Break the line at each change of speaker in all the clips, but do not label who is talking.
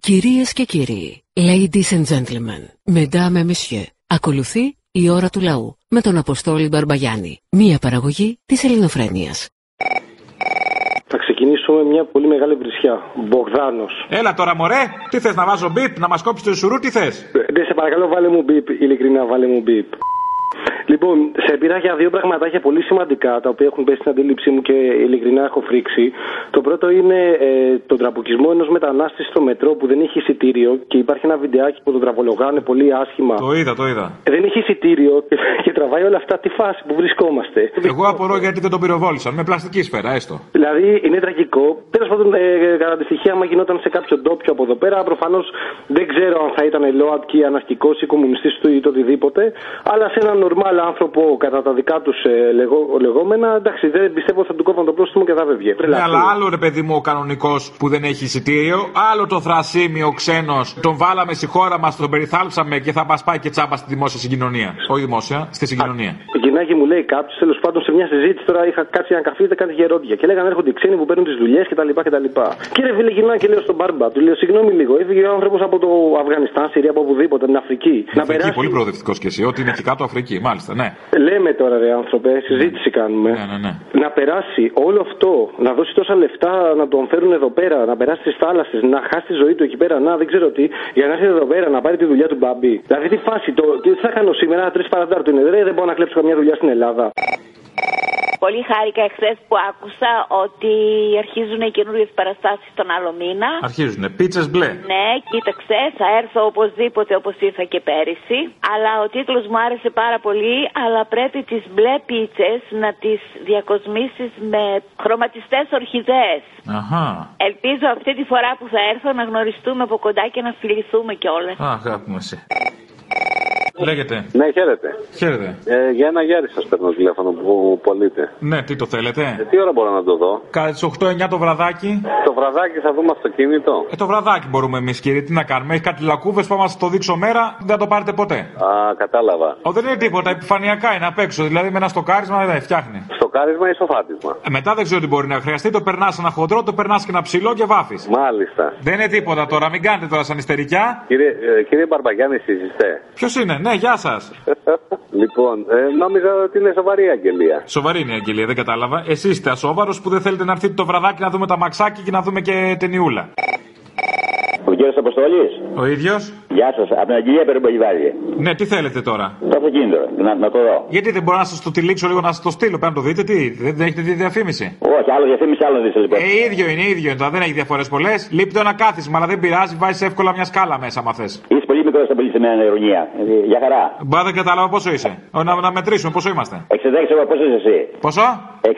Κυρίες και κύριοι, ε, ladies and gentlemen, mesdames et messieurs, ακολουθεί η ώρα του λαού με τον Αποστόλη Μπαρμπαγιάννη, μία παραγωγή της ελληνοφρένειας.
Θα ξεκινήσω με μια πολύ μεγάλη βρισιά. Μπογδάνος.
Έλα τώρα, μωρέ! Τι θες να βάζω μπιπ, να μας κόψεις το σουρού, τι θες.
Ναι, σε παρακαλώ, βάλε μου μπίπ. Ειλικρινά, βάλε μου μπίπ. Λοιπόν, σε πειρά για δύο πραγματάκια πολύ σημαντικά, τα οποία έχουν πέσει στην αντίληψή μου και ειλικρινά έχω φρίξει. Το πρώτο είναι ε, τον τραμπουκισμό ενός μετανάστη στο μετρό που δεν έχει εισιτήριο και υπάρχει ένα βιντεάκι που τον τραβολογάνε πολύ άσχημα. Ε,
Το είδα, το είδα.
Δεν έχει εισιτήριο και, και τραβάει όλα αυτά τη φάση που βρισκόμαστε.
Εγώ απορώ γιατί δεν τον πυροβόλησαν. Με πλαστική σφαίρα, έστω.
Δηλαδή είναι τραγικό. Τέλος πάντων, ε, κατά τη στοιχεία, άμα γινόταν σε κάποιο ντόπιο από εδώ πέρα, προφανώς δεν ξέρω αν θα ήταν ΛΟΑΤ και αναρχικός ή κομμουνιστής του ή το οτιδήποτε. Αλλά σε έναν νορμάλ άνθρωπο κατά τα δικά τους ε, λεγό, λεγόμενα, εντάξει, δεν πιστεύω θα του κόβαν το πρόστιμο και θα ε, βεβγε.
Ναι, αλλά άλλο ρε παιδί μου ο κανονικός που δεν έχει εισιτήριο, άλλο το θρασίμι ο ξένος, τον βάλαμε στη χώρα μας, τον περιθάλψαμε και θα μας πάει και τσάμπα στη δημόσια συγκοινωνία. Όχι δημόσια, στη συγκοινωνία.
Γυνάκι μου λέει κάποιος, τέλος πάντων σε μια συζήτηση τώρα είχα κάτσει ένα καφέ, ήταν κάτι γερόντια. Και λέγανε έρχονται οι ξένοι που παίρνουν τις δουλειές κτλ. κτλ. Κύριε φίλε γυνάκι, λέω στον μπάρμπα, του λέω συγγνώμη λίγο, έφυγε ο άνθρωπος από το Αφγανιστάν, Συρία, από οπουδήποτε, την Αφρική.
Αφρική, πολύ προοδευτικός κι εσύ. Ό,τι είναι εκεί κάτω Αφρική, μάλιστα, ναι.
Λέμε τώρα, ρε άνθρωπε, συζήτηση κάνουμε.
Ναι, ναι, ναι.
Να περάσει όλο αυτό, να δώσει τόσα λεφτά, να τον φέρουν εδώ πέρα, να περάσει στις θάλασσες, να χάσει τη ζωή του εκεί πέρα, να δεν ξέρω τι, για να έρθει εδώ πέρα να πάρει τη δουλειά του μπαμπί. Δηλαδή τι φάση, το, τι θα κάνω σήμερα, τρεις παρατάρτου είναι, ρε, δεν μπορώ να κλέψω καμιά δουλειά στην Ελλάδα.
Πολύ χάρηκα εχθές που άκουσα ότι αρχίζουν οι καινούριες παραστάσεις τον άλλο μήνα.
Αρχίζουνε. Πίτσες μπλε.
Ναι, κοίταξε, θα έρθω οπωσδήποτε όπως ήρθα και πέρυσι. Αλλά ο τίτλος μου άρεσε πάρα πολύ. Αλλά πρέπει τις μπλε πίτσες να τις διακοσμήσεις με χρωματιστές ορχιδέες.
Αχά.
Ελπίζω αυτή τη φορά που θα έρθω να γνωριστούμε από κοντά και να φιληθούμε κιόλας.
Α, αγάπη μου εσύ. Λέγεται.
Ναι, χαίρετε.
Χαίρετε.
Ε, για ένα Γιάρη σας παίρνω τηλέφωνο που πωλείτε.
Ναι, τι το
Ε,
θέλετε.
τι ώρα μπορώ να το δω.
Κατά τι 8-9 το βραδάκι.
Το βραδάκι θα δούμε αυτοκίνητο.
Ε, το βραδάκι μπορούμε εμείς, κύριε. Τι να κάνουμε. Έχει κάτι λακκούβες που άμα σας το δείξω μέρα δεν θα το πάρετε ποτέ.
Α, κατάλαβα.
Ο, δεν είναι τίποτα. Επιφανειακά είναι απ' έξω. Δηλαδή με ένα στοκάρισμα δεν φτιάχνει.
Στο κάρισμα ή στο φάτισμα.
Ε, μετά δεν ξέρω τι μπορεί να χρειαστεί. Το περνάς ένα χοντρό, το περνάς και ένα ψηλό και βάφεις.
Μάλιστα.
Δεν είναι τίποτα τώρα. Μην κάνετε τώρα σαν ιστερικιά.
Κύριε, ε, κύριε Μπαρμπαγιάννη, συζητέ.
Ποιος είναι, ναι, γεια σας.
λοιπόν, ε, νόμιζα ότι είναι σοβαρή αγγελία.
Σοβαρή είναι η αγγελία, δεν κατάλαβα. Εσείς είστε ασόβαρος που δεν θέλετε να έρθετε το βραδάκι να δούμε τα μαξάκι και να δούμε και ταινιούλα.
Ο κύριο Αποστολή.
Ο ίδιος.
Γεια σας. Από την Αγγλία περιμπολιβάζει. αυτοκίνητο.
Ναι, τι θέλετε τώρα.
Το αυτοκίνητο. Να, να το δω.
Γιατί δεν μπορώ να σας το τυλίξω λίγο, να σας το στείλω. Πρέπει να το δείτε, τι. Δεν, δεν έχετε δει διαφήμιση.
Όχι, άλλο διαφήμιση, άλλο δίσε λοιπόν.
Ε, ίδιο είναι, ίδιο είναι. Τώρα δεν έχει διαφορές πολλές. Λείπει το ένα κάθισμα, αλλά δεν πειράζει. Βάζεις εύκολα μια σκάλα μέσα, μα θες.
Είσαι πολύ μικρό από σε μια ηρωνία. Ε, Για χαρά.
Μπα δεν κατάλαβα πόσο είσαι. Ω, Να, να μετρήσουμε πόσο είμαστε.
66 εγώ, πόσο είσαι εσύ.
Πόσο?
66,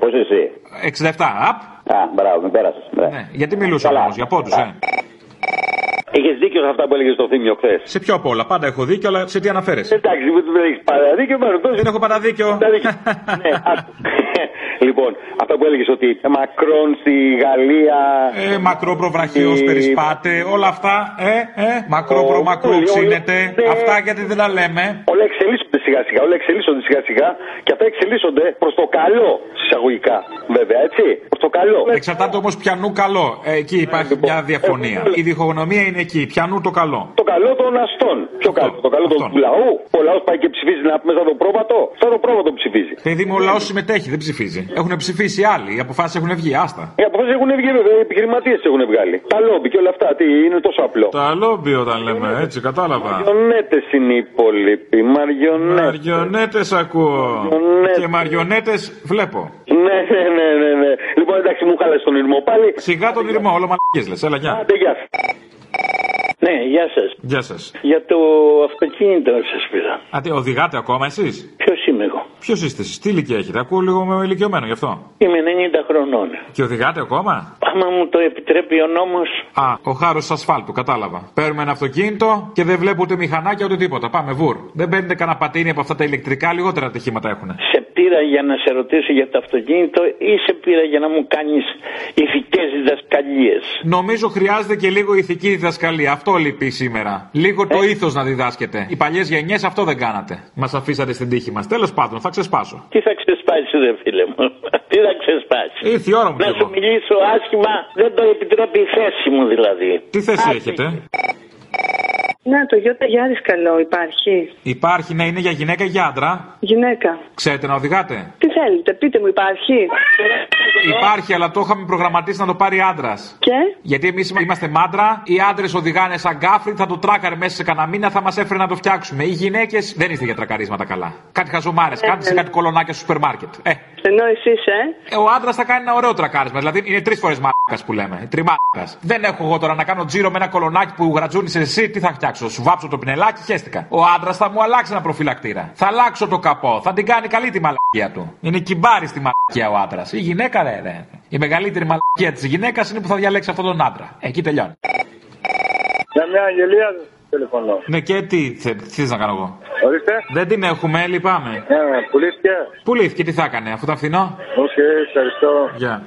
πόσο είσαι εσύ.
67. Απ.
Α, μπράβο, με πέρασες.
Ναι. Γιατί μιλούσαμε
Καλά.
όμως, για πόντους, ε.
Είχε δίκιο σε αυτά που έλεγες στο θύμιο χθες.
Σε πιο απ' όλα. Πάντα έχω δίκιο, αλλά σε τι αναφέρεσαι.
Εντάξει, δεν έχεις παραδίκιο, παραδίκιο.
Δεν έχω παραδίκιο.
Τα δείχνει. ναι, άκου. λοιπόν, αυτό που έλεγες ότι Μακρόν στη Γαλλία.
Ε, μακρόπροβραχείο
Ε,
περισπάτε, όλα αυτά. Ε, ε, μακρόπρο,
Ο-
μακρού
όλοι-
ξύνεται.
όλοι-
Αυτά γιατί δεν τα λέμε.
Όλα εξελίσσονται σιγά σιγά, όλα εξελίσσονται σιγά σιγά και αυτά εξελίσσονται προς το καλό, συσσαγωγικά. Βέβαια, έτσι. Προς το καλό.
Εξαρτάται όμως πιανού καλό. Ε, εκεί υπάρχει
λοιπόν.
μια διαφωνία.
Ε,
Η διχογνωμία είναι εκεί. Πιανού το καλό.
Το καλό των αστών. Ποιο
Αυτό,
καλό, το καλό
αυτόν.
του λαού. Ο λαός πάει και ψηφίζει να πούμε σαν το πρόβατο. Σαν το πρόβατο ψηφίζει.
Παιδί μου, ο λαός συμμετέχει, δεν ψηφίζει. Έχουν ψηφίσει οι άλλοι, οι αποφάσεις έχουν βγει, άστα.
Οι αποφάσεις έχουν βγει, βέβαια, οι επιχειρηματίες έχουν βγάλει. Τα λόμπι και όλα αυτά, τι είναι τόσο απλό.
Τα λόμπι όταν λέμε, έτσι, κατάλαβα.
Μαριονέτες είναι οι υπόλοιποι. Μαριονέτες.
Μαριονέτες ακούω.
Μαριονέτες.
Και μαριονέτες βλέπω.
Ναι, ναι, ναι, ναι, ναι. Λοιπόν, εντάξει, μου χάλασε τον ήρμο πάλι.
Σιγά τον ήρμο, όλο μαλακίες λες. Έλα, γεια.
Άντε, γεια σας.
Ναι, γεια σας.
Γεια σας.
Για το αυτοκίνητο σας πήρα.
Α, τι, οδηγάτε ακόμα εσείς.
Ποιος είμαι εγώ.
Ποιο είστε εσείς, τι ηλικία έχετε. Ακούω λίγο με ηλικιωμένο γι' αυτό.
Είμαι 90 χρονών.
Και οδηγάτε ακόμα.
Άμα μου το επιτρέπει ο νόμος,
Α, ο χάρος ασφάλτου, κατάλαβα. Παίρνουμε ένα αυτοκίνητο και δεν βλέπω ούτε μηχανάκια ούτε τίποτα. Πάμε, βουρ. Δεν παίρνετε κανένα πατίνι από αυτά τα ηλεκτρικά, λιγότερα ατυχήματα έχουν.
σε τι πήρα για να σε ρωτήσω για το αυτοκίνητο ή σε πήρα για να μου κάνεις ηθικές διδασκαλίες.
Νομίζω χρειάζεται και λίγο ηθική διδασκαλία. Αυτό λείπει σήμερα. Λίγο το
Ε.
ήθος να διδάσκεται. Οι παλιές γενιές αυτό δεν κάνατε. Μας αφήσατε στην τύχη μας. Τέλος πάντων, θα ξεσπάσω.
Τι θα ξεσπάσει, ρε φίλε μου. Τι θα ξεσπάσει.
Ήρθε η ώρα μου κι
Να σου
εγώ.
μιλήσω άσχημα, δεν το επιτρέπει η θέση μου δηλαδή.
Τι θέση έχετε.
Να, Ναι, το Γιώτα Γιάρη καλό υπάρχει.
Υπάρχει, ναι, είναι για γυναίκα ή για άντρα.
Γυναίκα.
Ξέρετε να οδηγάτε.
Τι θέλετε, πείτε μου, υπάρχει. Ε.
Υπάρχει, αλλά το είχαμε προγραμματίσει να το πάρει άντρας.
Και.
Γιατί εμείς είμαστε μάντρα, οι άντρες οδηγάνε σαν κάφρι, θα το τράκαρε μέσα σε κανένα μήνα, θα μας έφερε να το φτιάξουμε. Οι γυναίκες δεν είστε για τρακαρίσματα καλά. Κάτι χαζομάρες,
Ε,
κάτι σε
ε.
κάτι κολονάκια στο σούπερ μάρκετ. Ε,
Ενώ εσείς, ε.
Ε, Ο άντρας θα κάνει ένα ωραίο τρακάρισμα. Δηλαδή είναι τρεις φορές μάρκα που λέμε. Τριμάρκα. Δεν έχω εγώ τώρα να κάνω τζίρο με ένα κολονάκι που γρατζούνει εσύ. Τι θα φτιάξω, σου βάψω το πινελάκι, χέστηκα. Ο άντρας θα μου αλλάξει ένα προφυλακτήρα. Θα αλλάξω το καπό. Θα την κάνει καλή τη μαλακία του. Είναι κυμπάρη στη μαλακία ο άντρας. Η γυναίκα ρε, ρε. Η μεγαλύτερη μαλακία της γυναίκας είναι που θα διαλέξει αυτόν τον άντρα. Εκεί τελειώνει.
Για μια αγγελία τηλεφωνώ.
Ναι, και τι, θε, τι θες να κάνω εγώ.
Ορίστε.
Δεν την έχουμε, λυπάμαι.
Ναι, πουλήθηκε.
Πουλήθηκε, τι θα έκανε, αφού τα φθηνό.
Οκ, ευχαριστώ.
Γεια.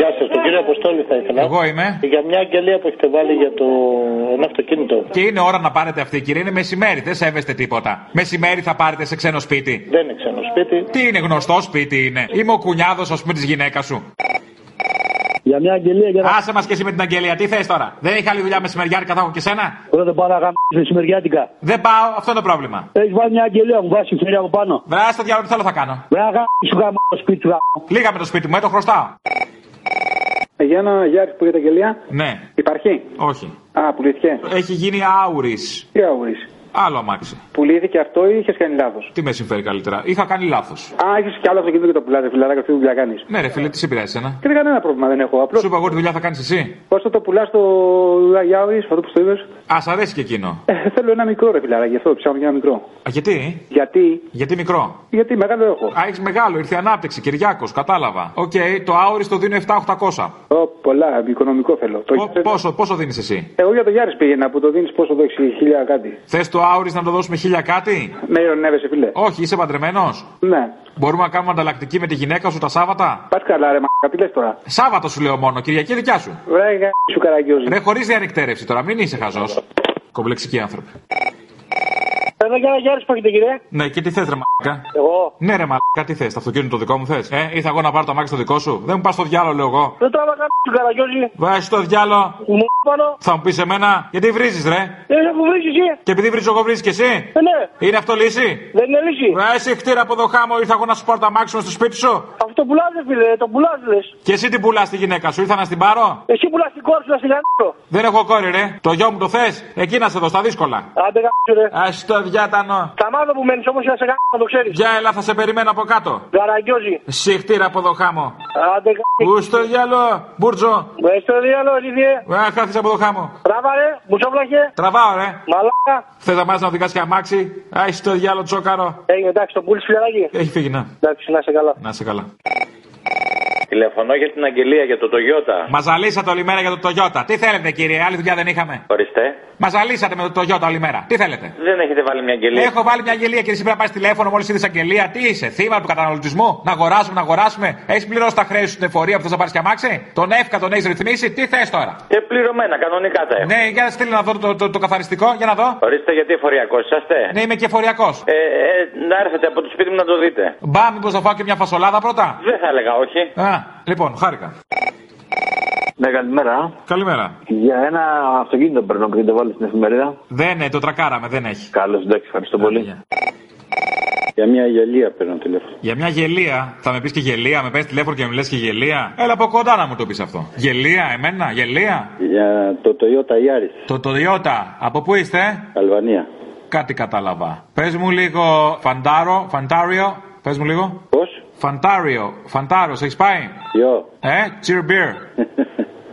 Γεια σας, τον κύριο Αποστόλη θα ήθελα.
Εγώ είμαι.
Για μια αγγελία που έχετε βάλει για το ένα αυτοκίνητο.
Και είναι ώρα να πάρετε αυτή, κύριε. Είναι μεσημέρι, δεν σέβεστε τίποτα. Μεσημέρι θα πάρετε σε ξένο σπίτι.
Δεν είναι ξένο σπίτι.
Τι είναι γνωστό σπίτι είναι. Είμαι ο κουνιάδος, ας πούμε, της γυναίκας σου.
Για μια αγγελία για να.
Άσε μας και εσύ με την αγγελία, τι θες τώρα. Δεν είχα άλλη δουλειά μεσημεριάτικα, θα έχω και σένα.
Πρώτα πάω να γαμίσω σημεριάτικα.
Δεν πάω, αυτό είναι το πρόβλημα.
Έχεις βάλει μια αγγελία μου, βάσει φέρει από πάνω.
Βρά στο διάλογο, τι θέλω θα κάνω.
Βρέα γαμίσω γάμο το σπίτι σου γάμο.
Λίγα με το σπίτι μου, ε, το χρωστάω.
Ε, Για ένα Γιάρη που για τα αγγελία.
Ναι,
Υπάρχει.
όχι.
Α, πουλήθηκε.
Έχει γίνει άουρη.
Τι αούρι.
Άλλο αμάξι.
Πουλήθηκε αυτό ή είχες κάνει λάθος.
Τι με συμφέρει καλύτερα. Ε, Είχα κάνει λάθος.
Α, έχει κι άλλο αυτοκίνητο και το πουλάτε, φιλαράκι, αυτή τη δουλειά κάνεις.
Ναι, ρε φίλε, τι σε πειράζει εσένα.
Και δεν κανένα πρόβλημα δεν έχω.
Σου
Απλώ
είπα εγώ τι δουλειά θα κάνεις εσύ.
πώς θα το πουλάς το Γιάρη, αυτό που το είπες.
Ας σ' αρέσει και εκείνο.
Ε, θέλω ένα μικρό ρε φιλαράκι, αυτό ψάχνω για ένα μικρό.
Α, γιατί,
Γιατί,
γιατί μικρό.
γιατί μεγάλο έχω.
Α, έχεις μεγάλο, ήρθε η ανάπτυξη, Κυριάκος, κατάλαβα. Οκ, το άοριστο δίνω 7-800.
Ω, πολλά, οικονομικό θέλω. Το
Πο- Πόσο, πόσο δίνεις εσύ.
Εγώ για το Γιάρη πήγαινα που το δίνεις πόσο το έχει, χιλιά κάτι.
Θες το άοριστο να το δώσουμε χίλια κάτι.
Με ειρωνεύεσαι, ναι, φίλε.
Όχι, είσαι παντρεμένος.
Ναι.
Μπορούμε να κάνουμε ανταλλακτική με τη γυναίκα σου τα Σάββατα.
Πας καλά, ρε μα, τι λες τώρα.
Σάββατο σου λέω μόνο, Κυριακή δικιά σου.
Βρέ, γα- σου καραγκιόζη.
Ρε, χωρίς διανυκτέρευση τώρα, μην είσαι χαζός. Κομπλεξικοί άνθρωποι.
Εδώ για ένα Γιάννη που έχετε κύριε.
Ναι, και τι θες, ρε μαλάκα.
Εγώ.
Ναι, ρε μαλάκα, τι θες, το αυτοκίνητο δικό μου θες. Ε, ήρθα εγώ να πάρω το αμάξι το δικό σου. Δεν μου πας στο διάλογο, λέω εγώ.
Δεν τραβά γάμο του καραγκιόζη.
Βάζει το διάλογο,
Μου πάνω.
θα μου πεις εμένα, γιατί βρίζεις, ρε.
Δεν έχω βρει εσύ.
Και επειδή βρίζω εγώ βρίζεις και εσύ.
Ε, ναι,
Είναι αυτό λύση.
δεν είναι λύση.
Ρε, εσύ χτύρα από εδώ χάμω, ήρθα εγώ να σου πάρω τα μάξιμα στο σπίτι σου.
Αυτό πουλάς ρε φίλε, το πουλάς λες.
Και εσύ την πουλά τη γυναίκα σου, ήρθα να στην πάρω.
Εσύ πουλάς την κόρη σου να σε γαμίσω.
Δεν έχω κόρη, ρε. Το γιο μου το θες. Εκεί να σε δω, στα δύσκολα.
Άντε γαμίσω ρε.
Ας το διάτανο.
Τα μάδα που μένεις όμως να σε γαμίσω, να το ξέρεις.
Για έλα, θα σε περιμένω από κάτω.
Καραγκιόζη.
Συχτήρα από εδώ χάμω.
Άντε γαμίσω.
Ου στο διάλο, μπουρτζο.
Με στο διάλογο, Λίδια.
Α, χάθεις από εδώ χάμω.
Μπράβα, ρε, μουσόβλαχε.
Τραβάω, ρε.
Μαλάκα.
Θες να μάθει να οδηγάς και αμάξι. Α στο διάλο τσόκαρο.
Έγινε, Ε, εντάξει, τον πουλή φιλαράκι.
Έχει φύγει, να.
Εντάξει, να είσαι καλά.
Να σε καλά.
Τηλεφωνώ για την αγγελία για το Toyota.
Μας ζαλίσατε όλη μέρα για το Toyota. Τι θέλετε, κύριε, άλλη δουλειά δεν είχαμε.
Ορίστε.
Μας ζαλίσατε με το Toyota όλη μέρα. Τι θέλετε.
Δεν έχετε βάλει μια αγγελία.
Έχω βάλει μια αγγελία και εσύ πρέπει να πα τηλέφωνο μόλις είδες αγγελία. Τι είσαι, θύμα του καταναλωτισμού. Να αγοράσουμε, να αγοράσουμε. Έχεις πληρώσει τα χρέη σου στην εφορία που θες να πάρεις και αμάξι. Τον εύκα τον έχεις ρυθμίσει. Τι θες τώρα.
Και Ε, πληρωμένα, κανονικά τα έχω.
Ναι, για στείλει να δω το, το, το, καθαριστικό, για να δω.
Ορίστε γιατί εφοριακός είσαστε.
Ναι, είμαι και εφοριακός.
Ε, ε, να έρθετε από το σπίτι μου να το δείτε.
Μπα, μήπως θα φάω και μια φασολάδα πρώτα.
Δεν θα έλεγα όχι.
Α, λοιπόν, χάρηκα.
Ναι, καλημέρα.
Καλημέρα.
Για ένα αυτοκίνητο περνώ και το βάλει στην εφημερίδα.
Δεν, ε, το τρακάραμε, δεν έχει. Ε,
Καλώς, εντάξει, ευχαριστώ πολύ.
Για μια αγγελία παίρνω τηλέφωνο.
Για μια γελία, θα με πεις και γελία, με παίρνεις τηλέφωνο και με λες και γελία. Έλα από κοντά να μου το πεις αυτό. Γελία, εμένα, γελία.
Για το Toyota Yaris,
Το Toyota, από πού είστε, ε?
Αλβανία.
Κάτι κατάλαβα. Πες μου λίγο φαντάρο, φαντάριο. Πες μου λίγο.
Πώς?
Φαντάριο, φαντάρος, έχεις πάει.
Γιο.
Ε, cheer beer.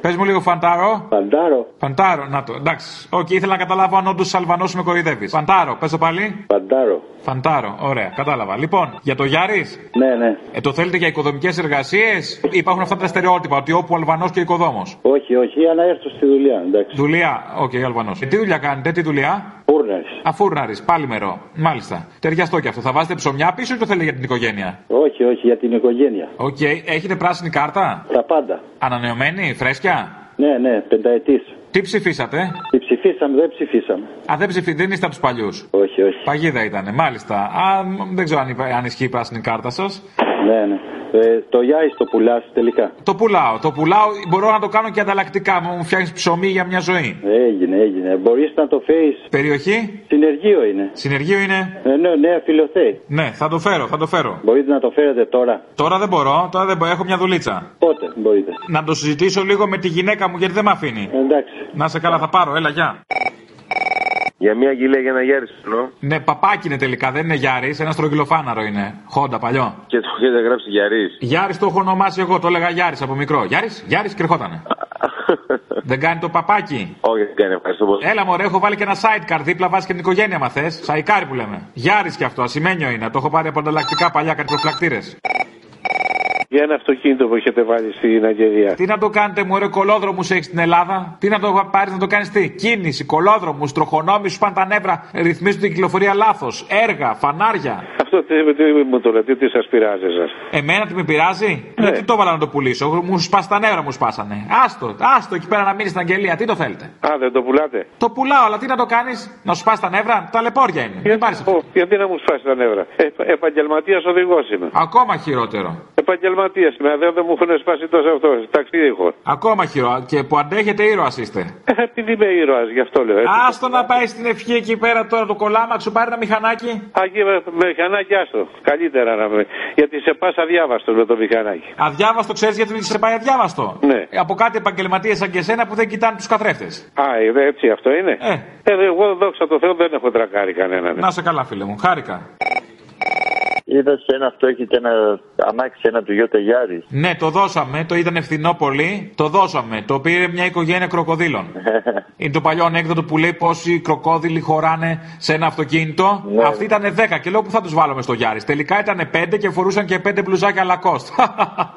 Πες μου λίγο φαντάρο.
Παντάρο.
Φαντάρο, να το, εντάξει. Όχι, ήθελα να καταλάβω αν όντως Αλβανό με κοροϊδεύεις. Φαντάρο, πες το πάλι.
Παντάρο.
Φαντάρο, ωραία, κατάλαβα. Λοιπόν, για το Γιάρης,
Ναι, ναι.
ε, το θέλετε για οικοδομικές εργασίες. Υπάρχουν αυτά τα στερεότυπα ότι όπου Αλβανός και οικοδόμος.
Όχι, όχι, για να έρθω στη δουλειά, εντάξει.
Ε, Δουλειά, οκ, okay, Αλβανό. τι δουλειά κάνετε, τι δουλειά.
Φούρνε.
φούρναρης.
Αφούρναρη, πάλι μερό. Μάλιστα. Ταιριαστό και αυτό. Θα βάζετε ψωμιά πίσω ή το θέλετε για την οικογένεια.
Όχι, όχι, για την οικογένεια.
Οκ, έχετε πράσινη κάρτα.
Τα πάντα.
Ανανεωμένη, φρέσκια.
Ναι, ναι, πενταετής.
Τι ψηφίσατε.
Τι ψηφίσαμε, δεν ψηφίσαμε.
Α, δεν ψηφί, δεν είστε από τους παλιούς.
Όχι, όχι.
Παγίδα ήταν, μάλιστα. Α, μ, δεν ξέρω αν, υπα- αν ισχύει η πράσινη κάρτα σας.
Ναι, ναι. Ε, το Γιάι το πουλάς τελικά.
Το πουλάω. Το πουλάω. Μπορώ να το κάνω και ανταλλακτικά. Μου φτιάχνεις ψωμί για μια ζωή.
Έγινε, έγινε. Μπορείς να το φέρεις.
Περιοχή.
Συνεργείο είναι.
Συνεργείο είναι.
Ε, ναι, ναι, φιλοθέη.
Ναι, θα το φέρω, θα το φέρω.
Μπορείτε να το φέρετε τώρα.
Τώρα δεν μπορώ, τώρα δεν μπορώ. Έχω μια δουλίτσα.
Πότε μπορείτε.
Να το συζητήσω λίγο με τη γυναίκα μου γιατί δεν με αφήνει.
Εντάξει.
Να σε καλά, θα πάρω. Έλα, γεια.
Για μια γυλαία για ένα γιάρι ψηλό.
Ναι, παπάκι είναι τελικά, δεν είναι Γιάρη, ένα στρογγυλοφάναρο είναι. Χόντα παλιό.
Και το έχετε γράψει γιαρί.
Γιάρη το έχω ονομάσει εγώ, το έλεγα Γιάρη από μικρό. Γιάρη, Γιάρη και ερχότανε. δεν κάνει το παπάκι.
Όχι, δεν κάνει, ευχαριστώ πολύ.
Έλα, μωρέ, έχω βάλει και ένα sidecar δίπλα, βάζει και την οικογένεια, μα θες. Σαϊκάρι που λέμε. Γιάρη κι αυτό, ασημένιο είναι. Το έχω πάρει από ανταλλακτικά παλιά καρδιοφλακτήρε.
Για ένα αυτοκίνητο που έχετε βάλει στην Αγγελία.
Τι να το κάνετε, μωρέ, κολόδρομους έχεις στην Ελλάδα. Τι να το πάρεις να το κάνεις τι. Κίνηση, κολόδρομους, τροχονόμοι, σου πάνε τα νεύρα. Ρυθμίζουν την κυκλοφορία λάθος. Έργα, φανάρια.
Αυτό τι, τι μου το λέτε, τι σας πειράζει σας.
Εμένα τι με πειράζει. Γιατί το έβαλα να το πουλήσω. Μου σπάσει τα νεύρα, μου σπάσανε. Άστο, άστο εκεί πέρα να μείνει στην αγγελία. Τι το θέλετε.
Α, δεν το πουλάτε.
Το πουλάω, αλλά τι να το κάνεις. Να σου σπάσει τα νεύρα. Τα λεπόρια είναι.
Γιατί, Ω, γιατί να μου σπάσει τα νεύρα. Ε, Επαγγελματίας οδηγός είμαι.
Ακόμα χειρότερο.
Επαγγελματίας είμαι. Δεν, δεν μου έχουν σπάσει τόσο αυτό. Ταξίδι έχω.
Ακόμα χειρότερο. Και που αντέχετε ήρωας είστε.
Ε, Επειδή είμαι ήρωας, γι' αυτό λέω. ε. έτσι.
Άστο να πάει στην ευχή εκεί πέρα τώρα το κολάμα, σου πάρει ένα μηχανάκι.
Α, και με, με μηχανάκι άστο. Καλύτερα να με. Γιατί σε πας αδιάβαστος με το μηχανάκι.
Αδιάβαστο, ξέρεις γιατί σε πάει αδιάβαστο. Ε,
Ναι.
Από κάτι επαγγελματίες σαν και εσένα που δεν κοιτάνε τους καθρέφτες.
Α, ε, δε, έτσι αυτό είναι.
Ε.
εγώ δόξα τω Θεώ δεν έχω τρακάρει
Ναι.
κανέναν.
Να σε καλά, φίλε μου. Χάρηκα.
Είδα σε ένα αυτό, έχετε ένα αμάξι, ένα του Γιώτα Γιάρης.
Ναι, το δώσαμε, το ήταν ευθυνό πολύ. Το δώσαμε. Το πήρε μια οικογένεια κροκοδίλων.
Ναι.
Είναι το παλιό ανέκδοτο που λέει πόσοι κροκόδιλοι χωράνε σε ένα αυτοκίνητο.
Ναι.
Αυτοί ήταν 10 και λέω που θα τους βάλουμε στο Γιάρης. Τελικά ήταν 5 και φορούσαν και 5 μπλουζάκια Lacoste.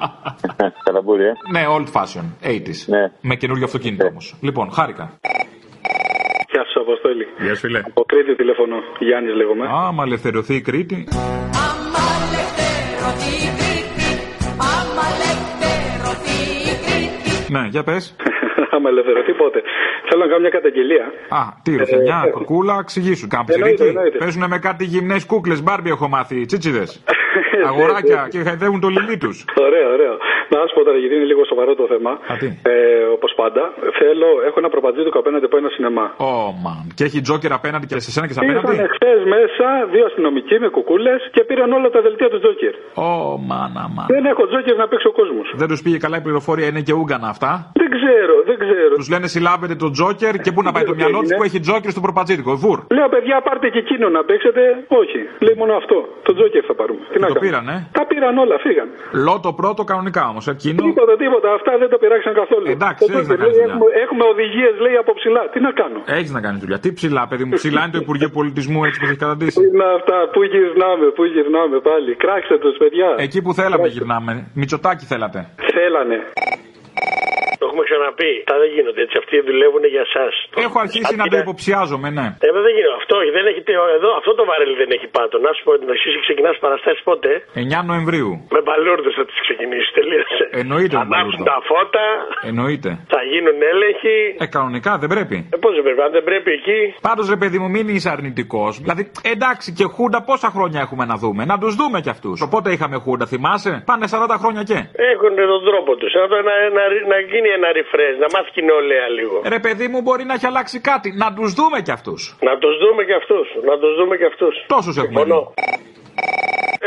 Καλαμπούρι, ε.
ναι, old fashion, 80s.
Ναι.
Με καινούριο αυτοκίνητο όμως. Λοιπόν, χάρηκα.
Γεια σου, Αποστόλη.
Γεια σου, φίλε.
Από Κρήτη τηλεφωνώ. Γιάννης λέγομαι.
Άμα ελευθερωθεί η Κρήτη. Ναι, για πες.
Άμα ελευθερωθεί πότε. Θέλω να κάνω μια καταγγελία.
Α, τι ρουφιανιά, κοκούλα, εξηγήσου. Κάμπι
Ε, Εννοείται,
τσιρίκι.
εννοείται.
Παίζουν με κάτι γυμνές κούκλες, μπάρμπι έχω μάθει, τσίτσιδες.
Ε, ναι,
Αγοράκια και χαϊδεύουν το λιλί τους.
Ωραίο, ωραίο. Να σου πω τώρα, γιατί είναι λίγο σοβαρό το θέμα. Ε, Όπως πάντα, θέλω, έχω ένα προπατζήτικο απέναντι από ένα σινεμά.
Oh man. Και έχει τζόκερ απέναντι και σε σένα και σε απέναντι.
Ήρθαν χθες μέσα δύο αστυνομικοί με κουκούλες και πήραν όλα τα δελτία του Τζόκερ.
Ω, μάνα, μάνα.
Δεν έχω Τζόκερ να παίξει ο κόσμος.
Δεν τους πήγε καλά η πληροφορία, είναι και Ούγκανα αυτά.
Δεν ξέρω, δεν ξέρω.
Τους λένε συλλάβετε τον Τζόκερ και πού να πάει το μυαλό τους που έχει Τζόκερ στο προπατζήτικο. Βουρ.
Λέω, παιδιά, πάρτε και εκείνο να παίξετε. Όχι. Λέει μόνο αυτό. Το Τζόκερ θα πάρουμε. Τι να
Το
κάνουμε.
πήρανε.
Τα πήραν όλα, φύγαν.
Λότο πρώτο κανονικά Ε, όμως, εκείνο.
Τίποτα, τίποτα. Αυτά δεν τα πειράξαν καθόλου.
Εντάξει,
Οπότε,
έχεις να
λέει,
κάνεις
έχουμε, έχουμε οδηγίες, λέει, από ψηλά. Τι να κάνω.
Έχεις να κάνεις δουλειά. Τι ψηλά, παιδί μου, ψηλά είναι το Υπουργείο Πολιτισμού έτσι που έχει καταντήσει.
Πού είναι αυτά, πού γυρνάμε, πού γυρνάμε πάλι. Κράξτε τους, παιδιά.
Εκεί που θέλαμε γυρνάμε. Μητσοτάκι θέλατε.
Θέλανε.
Το έχουμε ξαναπεί. Τα δεν γίνονται έτσι. Αυτοί δουλεύουν για εσά.
Έχω αρχίσει να το υποψιάζομαι, ναι.
Ε, βέβαια δεν γίνεται. Αυτό όχι, δεν έχει. Εδώ, αυτό το βαρέλι δεν έχει πάτο. Να σου πω ότι εσύ ξεκινάς παραστάσεις πότε.
9 Νοεμβρίου.
Με μπαλούρδες θα τις ξεκινήσεις. Τελείωσε.
Εννοείται με
Ανάψουν
μπαλούρδο.
τα φώτα,
Εννοείται.
θα γίνουν έλεγχοι.
Ε, κανονικά δεν πρέπει.
Ε, Πώς δεν πρέπει, αν δεν πρέπει εκεί.
Πάντως, ρε παιδί μου, μην είσαι αρνητικός. Δηλαδή, εντάξει, και Χούντα πόσα χρόνια έχουμε να δούμε. Να τους δούμε κι αυτούς. Οπότε είχαμε Χούντα, θυμάσαι. Πάνε 40 χρόνια και.
Έχουν τον τρόπο τους. Να, να, να, να γίνει ένα refresh, να μάθει κοινόλαια λίγο.
Ρε παιδί μου, μπορεί να έχει αλλάξει κάτι. Να τους δούμε κι αυτούς.
Να τους δούμε και αυτούς. Να τους δούμε και αυτούς.
Τόσους έχουμε.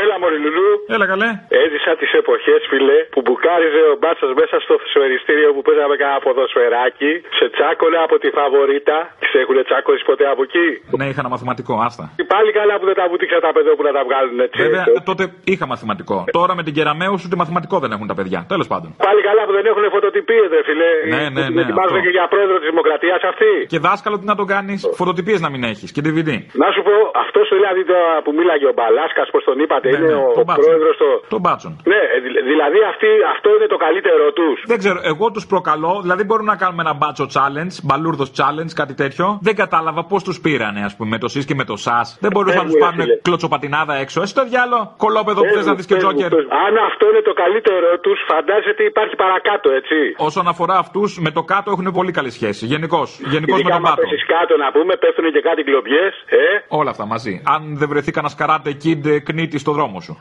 Έλα, Μωρή Λουλού.
Έλα, καλέ.
Έζησα τις εποχές, φίλε, που μπουκάριζε ο μπάτσα μέσα στο φυσοεριστήριο που παίζαμε κανένα ποδοσφαιράκι. Σε τσάκολε από τη φαβορίτα. Σε έχουν τσάκωσει ποτέ από εκεί.
Ναι, είχα ένα μαθηματικό, άστα.
Και πάλι καλά που δεν τα βουτήξα τα παιδιά που να τα βγάλουν έτσι.
Βέβαια, τότε είχα μαθηματικό. Τώρα με την κεραμέου ούτε μαθηματικό δεν έχουν τα παιδιά. Τέλος πάντων.
Πάλι καλά που δεν έχουν φωτοτυπίες, ρε φίλε.
Ναι, ναι,
Που
ναι,
ετοιμάζονται
αυτό.
και για πρόεδρο της Δημοκρατίας αυτή.
Και δάσκαλο τι να τον κάνεις, φωτοτυπίες να μην έχεις και DVD.
Να σου πω, αυτός δηλαδή τώρα που μίλαγε ο Μπαλάσκας, πώς τον είπατε
ναι,
είναι
ναι,
ο
τον μπάτσον.
πρόεδρος του.
Τον μπάτσον.
Ναι, ε, δη- δηλαδή αυτοί, αυτό είναι το καλύτερό τους.
Δεν ξέρω, εγώ τους προκαλώ, δηλαδή μπορούμε να κάνουμε ένα μπάτσο challenge, μπαλούρδος challenge, κάτι τέτοιο. Δεν κατάλαβα πώς τους πήρανε, ας πούμε, με το ΣΥΣ και με το ΣΑΣ. Δεν μπορούσαν να
Πες
τους
μου, ρε,
πάρουν
φίλε.
κλωτσοπατινάδα έξω. Εσύ το διάλο, κολόπεδο που
Ε,
Πες
θε
μου,
να δεις και
πες μου,
τζόκερ.
πες μου. Αν αυτό είναι το καλύτερό τους, φαντάζεσαι ότι υπάρχει παρακάτω, έτσι.
Όσον αφορά αυτούς, με το κάτω έχουν πολύ καλή σχέση. Γενικώς. Γενικώς με
Ειδικά
τον
άμα
πάτο.
πέσεις κάτω να πούμε, πέφτουν και κάτι κλοπιέ. Ε.
Όλα αυτά μαζί. Αν δεν βρεθεί κανένας καράτε kid ε, κνίτη στο δρόμο σου.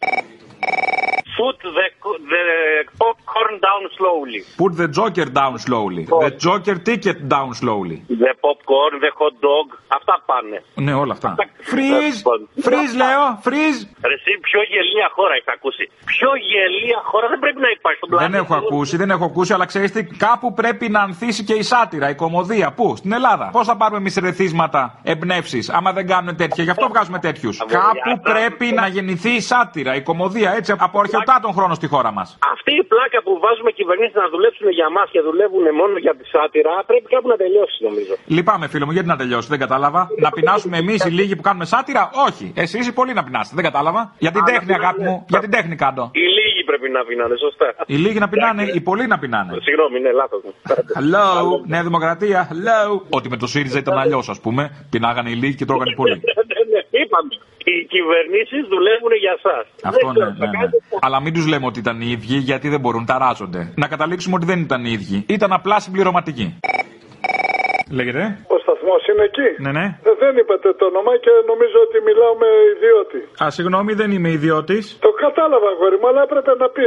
Put the, the
uh,
popcorn down slowly.
Put the joker down slowly. The joker ticket down slowly.
The popcorn, the hot dog, αυτά πάνε.
Ναι, όλα αυτά.
Freeze!
Λοιπόν,
Freeze λέω, freeze!
Ρε εσύ, πιο γελία χώρα έχεις ακούσει. Πιο γελία χώρα δεν πρέπει να υπάρχει στον
Δεν
πλανήτη.
έχω ακούσει, δεν έχω ακούσει, αλλά ξέρεις τι, κάπου πρέπει να ανθίσει και η σάτυρα, η κομμωδία. Πού, στην Ελλάδα. Πώς θα πάρουμε εμείς ρεθίσματα, εμπνεύσεις, άμα δεν κάνουν τέτοια, γι' αυτό βγάζουμε τέτοιους. Κάπου πρέπει να γεννηθεί η σάτυρα, η κομμωδία, έτσι, από αρχαιοτά τον χρόνο στη χώρα μας.
Αυτή η πλάκα που βάζουμε κυβερνήσεις να δουλέψουν για μας και δουλεύουν μόνο για τη σάτυρα πρέπει κάπου να τελειώσει νομίζω.
Λυπάμαι, φίλο μου, γιατί να τελειώσει, δεν κατάλαβα. Να πεινάσουμε εμείς οι λίγοι που κάνουμε σάτυρα, όχι. Εσείς οι πολλοί να πεινάσετε, δεν κατάλαβα. Για την
Α, να
τέχνη,
πεινάνε.
αγάπη μου, για την τέχνη κάτω.
Οι λίγοι πρέπει να πεινάνε, σωστά.
Οι λίγοι να πεινάνε, οι πολλοί να πεινάνε.
Συγγνώμη,
ναι,
είναι λάθος μου.
Hello, Νέα Δημοκρατία, hello. Ότι με το ΣΥΡΙΖΑ ήταν αλλιώς, ας πούμε. Πεινάγανε οι λίγοι και τρώγανε οι πολλοί.
Ναι, Είπαμε, οι κυβερνήσεις δουλεύουν για εσά.
Αυτό ναι, ναι, ναι. Αλλά μην τους λέμε ότι ήταν οι ίδιοι, γιατί δεν μπορούν, ταράζονται. Να καταλήξουμε ότι δεν ήταν οι ίδιοι. Ήταν απλά συμπληρωματικοί. Λέγεται.
Ο σταθμός είναι εκεί.
Ναι, ναι.
Ε, Δεν είπατε το όνομα και νομίζω ότι μιλάω με ιδιώτη.
Α, συγγνώμη, δεν είμαι ιδιώτης.
Το κατάλαβα, αγόρι μου, αλλά έπρεπε να πεις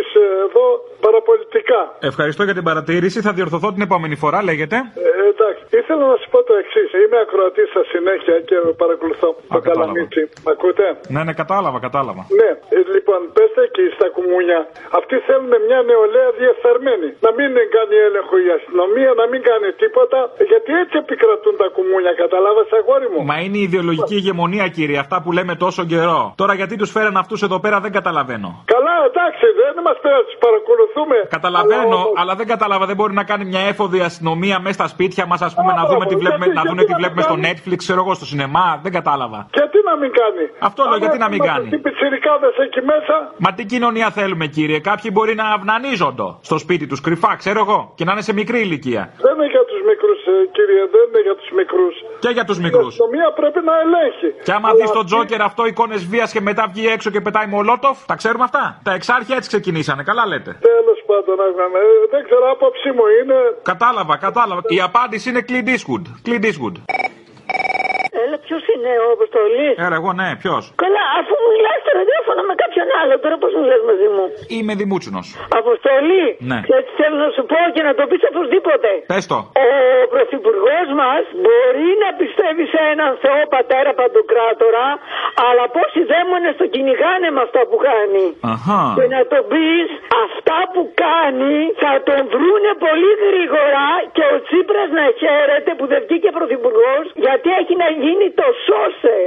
εδώ παραπολιτικά.
Ευχαριστώ για την παρατήρηση. Θα διορθωθώ την επόμενη φορά, λέγεται.
Ε, εντάξει, ήθελα να σου πω το εξής. Είμαι ακροατής στα συνέχεια και παρακολουθώ το καλαμίτσι. Μ' ακούτε.
Ναι, ναι, κατάλαβα, κατάλαβα.
Ναι, ε, λοιπόν, πέστε εκεί στα κουμούνια. Αυτοί θέλουν μια νεολαία διεφθαρμένη. Να μην κάνει έλεγχο η αστυνομία, να μην κάνει τίποτα. Γιατί έτσι επικρατούν τα κουμούνια, κατάλαβε, αγόρι μου.
Μα είναι η ιδεολογική ηγεμονία, κύριε, αυτά που λέμε τόσο καιρό. Τώρα γιατί τους φέραν αυτούς εδώ πέρα δεν καταλαβαίνω.
Καλά, εντάξει, δεν μας πειράζει, τους παρακολουθούμε.
Καταλαβαίνω, αλλά δεν κατάλαβα, δεν μπορεί να κάνει μια έφοδη αστυνομία μέσα στα σπίτια μας, ας πούμε, να δούμε τι βλέπουμε, να δουν τι βλέπουμε στο Netflix, ξέρω εγώ, στο σινεμά. Δεν κατάλαβα.
Γιατί να μην κάνει.
Αυτό λέω, γιατί να μην κάνει.
Οι πιτσιρικάδες εκεί μέσα.
Μα τι κοινωνία θέλουμε, κύριε. Κάποιοι μπορεί να αυνανίζονται στο σπίτι τους κρυφά, ξέρω εγώ, και να είναι σε μικρή ηλικία.
Δεν είναι για τους μικρούς, κύριε, δεν είναι για τους μικρούς.
Και για τους μικρούς.
Η αστυνομία πρέπει να ελέγχει.
Και άμα δεις τον Τζόκερ αυτό εικόνες βίας και μετά βγει έξω και πετάει μολότοφ, τα ξέρουμε αυτά. Τα εξάρχεια έτσι ξεκινήσανε, καλά λέτε.
Τέλος πάντων, άγνα, ε, δεν ξέρω, άποψή μου είναι.
Κατάλαβα, κατάλαβα. Η απάντηση είναι Clint Eastwood. Clint Eastwood.
Έλα, ποιος Ε, είναι ο Αποστολής.
Έλα, εγώ ναι, ποιος.
Καλά, αφού μιλάς στο ραδιόφωνο με κάποιον άλλο, τώρα πώς μιλά μαζί μου.
Είμαι Δημούτσινος.
Αποστολή,
Ναι.
ξέρεις τι θέλω να σου πω και να το πεις οπωσδήποτε.
Πες το.
Ο πρωθυπουργός μας μπορεί να πιστεύει σε έναν Θεό πατέρα παντοκράτορα, αλλά πόσοι δαίμονες το κυνηγάνε με αυτά που κάνει.
Αχα.
Και να το πεις, αυτά που κάνει θα τον βρούνε πολύ γρήγορα και ο Τσίπρας να χαίρεται που δεν βγήκε πρωθυπουργός, γιατί έχει να γίνει το σώσε.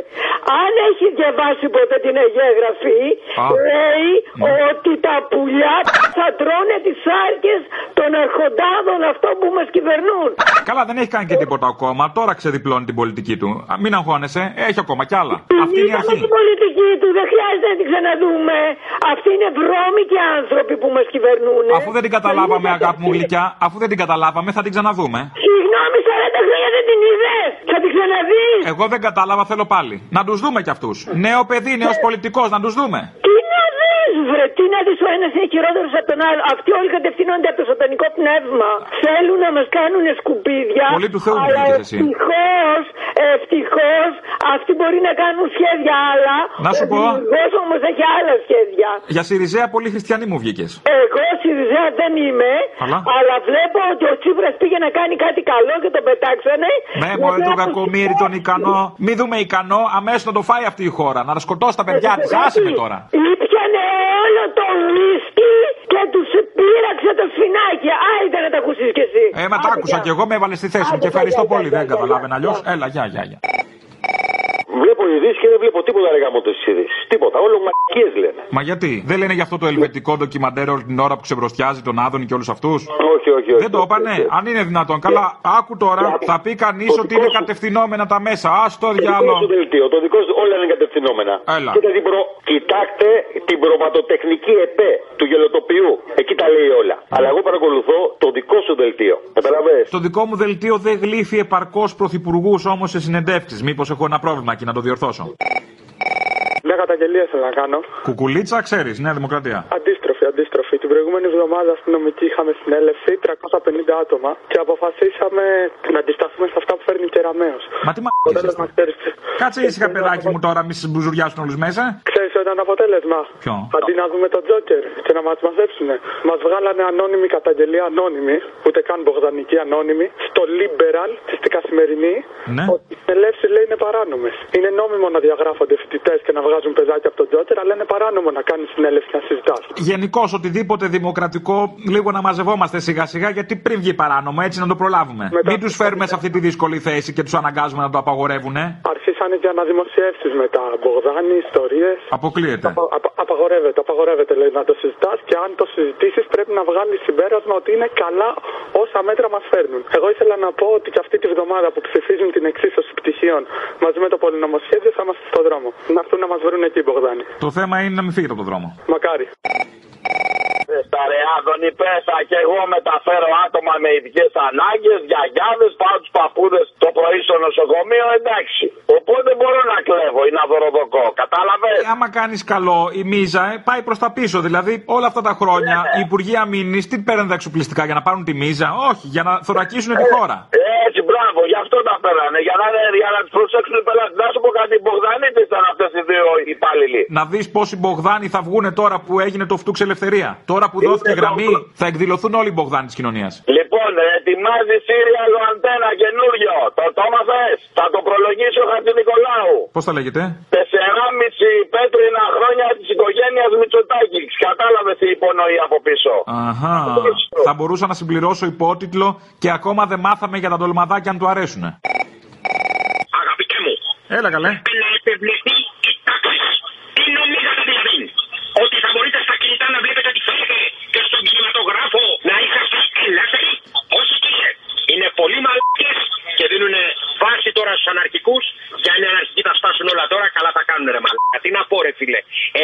Αν έχει διαβάσει ποτέ την Αγία Γραφή,
Α.
λέει
Ναι.
ότι τα πουλιά θα τρώνε τις άρκε των αρχοντάδων αυτών που μας κυβερνούν.
Καλά, δεν έχει κάνει και τίποτα ακόμα. Τώρα ξεδιπλώνει την πολιτική του. Α, Μην αγχώνεσαι, έχει ακόμα κι άλλα. Αυτή είναι η
Είδαμε
αρχή.
την πολιτική του, δεν χρειάζεται να την ξαναδούμε. Αυτοί είναι βρώμικοι άνθρωποι που μας κυβερνούν.
Αφού δεν την καταλάβαμε, αγάπη μου γλυκιά, αφού δεν την καταλάβαμε, θα την ξαναδούμε.
Συγγνώμη, 40 χρόνια δεν την είδε. Θα την ξαναδείς.
Εγώ δεν κατάλαβα, θέλω πάλι. Να τους δούμε κι αυτούς. Νέο παιδί, νέος πολιτικός, να τους δούμε.
Τι να δει, βρε, τι να δεις, ο ένας είναι χειρότερος από τον άλλο. Αυτοί όλοι κατευθύνονται από το σατανικό πνεύμα. Θέλουν να μας κάνουν σκουπίδια.
Πολύ του Θεού
αλλά
βγήκες εσύ.
ευτυχώς, ευτυχώς, αυτοί μπορεί να κάνουν σχέδια άλλα.
Να σου πω.
Εγώ όμως έχει άλλα σχέδια.
Για Σιριζέα, πολύ χριστιανή μου βγήκες.
Εγώ Σιριζέα δεν είμαι,
Αλλά?
βλέπω ότι ο Τσίπρας πήγε να κάνει κάτι καλό και τον πετάξανε.
Ναι,
Γιατί
μωρέ τον
άκουσα-
κακομίρι, τον ικανό. Μη δούμε ικανό, αμέσως να το φάει αυτή η χώρα. Να σκοτώσει τα παιδιά της. Άσε με τώρα.
Ε, Ήπιανε όλο το ουίσκι και τους πήραξε το σφινάκι. Άιντε να τα ακούσεις κι εσύ.
Ε, μα τα άκουσα κι εγώ, με έβαλες στη θέση μου και ευχαριστώ πολύ. Δεν καταλάβαινα αλλιώς. Έλα, γεια, γεια, γεια.
Βλέπω ειδήσει και δεν βλέπω τίποτα ρε γάμο τις ειδήσει. Τίποτα. Όλο μαλακίες λένε.
Μα γιατί, δεν λένε για αυτό το ελβετικό ντοκιμαντέρ όλη την ώρα που ξεμπροστιάζει τον Άδωνη και όλους αυτούς.
Όχι, όχι, όχι.
Δεν το είπανε, αν είναι δυνατόν. Καλά, άκου τώρα, θα πει κανείς ότι είναι κατευθυνόμενα τα μέσα. Ας το
Το δικό σου
διάλογο.
δελτίο, το δικό σου, όλα είναι κατευθυνόμενα.
Έλα.
Κοίτα την προ... Κοιτάξτε την προβατοτεχνική ΕΠΕ του γελοτοποιού. Εκεί τα λέει όλα. Αλλά εγώ παρακολουθώ το δικό σου δελτίο. Καταλαβες.
Το δικό μου δελτίο δεν γλύφει επαρκώς πρωθυπουργούς όμως σε συνεντεύξεις. Μήπως έχω ένα πρόβλημα εκεί να το διορθώσω.
Μια καταγγελία θέλω να κάνω.
Κουκουλίτσα, ξέρεις, Νέα Δημοκρατία.
Αντίστροφη, αντίστροφη. Την προηγούμενη εβδομάδα αστυνομική είχαμε συνέλευση 350 άτομα και αποφασίσαμε να αντισταθούμε σε αυτά που φέρνει ο Κεραμαίο.
Μα τι
Αποτέλεσμα, ξέρεις.
Κάτσε ήσυχα, παιδάκι μου τώρα, μη συμπουζουριάσουν όλους μέσα.
Ξέρεις ήταν αποτέλεσμα.
Ποιο?
Αντί να δούμε τον Τζόκερ και να μας μαζέψουν, μας βγάλανε ανώνυμη καταγγελία, ανώνυμη, ούτε καν Μπογδανική ανώνυμη, στο Liberal τη Καθημερινή.
Ναι.
Ότι οι συνελεύσεις λέει είναι παράνομες. Είναι νόμιμο να διαγράφονται φοιτητές και να βγάζουν πεζάκια από τον Τζόκερ, αλλά είναι παράνομο να κάνεις συνέλευση να συζητάς.
Γενικώς οτιδήποτε δημοκρατικό, λίγο να μαζευόμαστε σιγά σιγά γιατί πριν βγει παράνομο, έτσι να το προλάβουμε. Μην τους φέρουμε σε αυτή τη δύσκολη θέση και τους αναγκάζουμε να το απαγορεύουν, ε.
Αρχίσανε και αναδημοσιεύσεις μετά. Μπογδάνη, ιστορίες. Ναι.
Αποκλείεται.
Απαγορεύεται, απαγορεύεται λέει να το συζητάς και αν το συζητήσεις πρέπει να βγάλεις συμπέρασμα ότι είναι καλά όσα μέτρα μας φέρνουν. Εγώ ήθελα να πω ότι και αυτή τη βδομάδα που ψηφίζουν την εξίσωση πτυχίων μαζί με το πολυνομοσχέδιο θα είμαστε στον δρόμο. Να έρθουν να μας βρουν εκεί, Μπογδάνη.
Το θέμα είναι να μην φύγετε από τον δρόμο.
Μακάρι.
Ε, Στα ρε Άδωνη πέσα και εγώ μεταφέρω άτομα με ειδικές ανάγκες, γιαγιάδες, πάω τους παππούδες το πρωί στο νοσοκομείο, εντάξει. Οπότε μπορώ να κλέβω ή να δωροδοκώ, κατάλαβες.
Ε, άμα κάνεις καλό, η μίζα ε, πάει προς τα πίσω. Δηλαδή, όλα αυτά τα χρόνια οι υπουργοί αμήνης τι παίρνουν τα εξοπλιστικά για να πάρουν τη μίζα. Όχι, για να θωρακίσουν
Ε,
τη χώρα.
Έτσι, μπράβο, γι' αυτό τα φέρανε. Για να, για να τους προσέξουν οι πελάτες. Να σου πω κάτι, Μπογδανίτε ήταν αυτές οι δύο υπάλληλοι.
Να δεις πόσοι Μπογδάνοι θα βγουν τώρα που έγινε το φτούξ ελευθερία. Τώρα που δόθηκε η γραμμή, θα εκδηλωθούν όλοι οι Μπογδάνοι της κοινωνίας.
Λοιπόν, ετοιμάζει σύριαλο αντένα καινούριο. Το τόμαθες. Θα το προλογίσει ο Χατζη Νικολάου.
Πώς θα λέγεται,
4,5 πέτρινα χρόνια της οικογένειας Μητσοτάκης. Κατάλαβες τι υπονοεί από πίσω.
Αχά. Θα μπορούσα να συμπληρώσω υπότιτλο και ακόμα δεν μάθαμε για τα ντολμαδάκια αν του αρέσουνε.
Αγαπητέ μου.
Έλα καλέ.
Να επευλεθεί η τάξη. Τι νομίζατε δηλαδή. Ότι θα μπορείτε στα κινητά να βλέπετε τι θέλετε και στον κινηματογράφο να είσαστε ελεύθεροι. Όχι κύριε. Είναι πολύ μαλακές και δίνουν βάση τώρα στους αναρχικούς. Για είναι αναρχικοί θα σπάσουν όλα τώρα. Καλά θα κάνουν ρε μαλακά. Τι να πω ρε φίλε.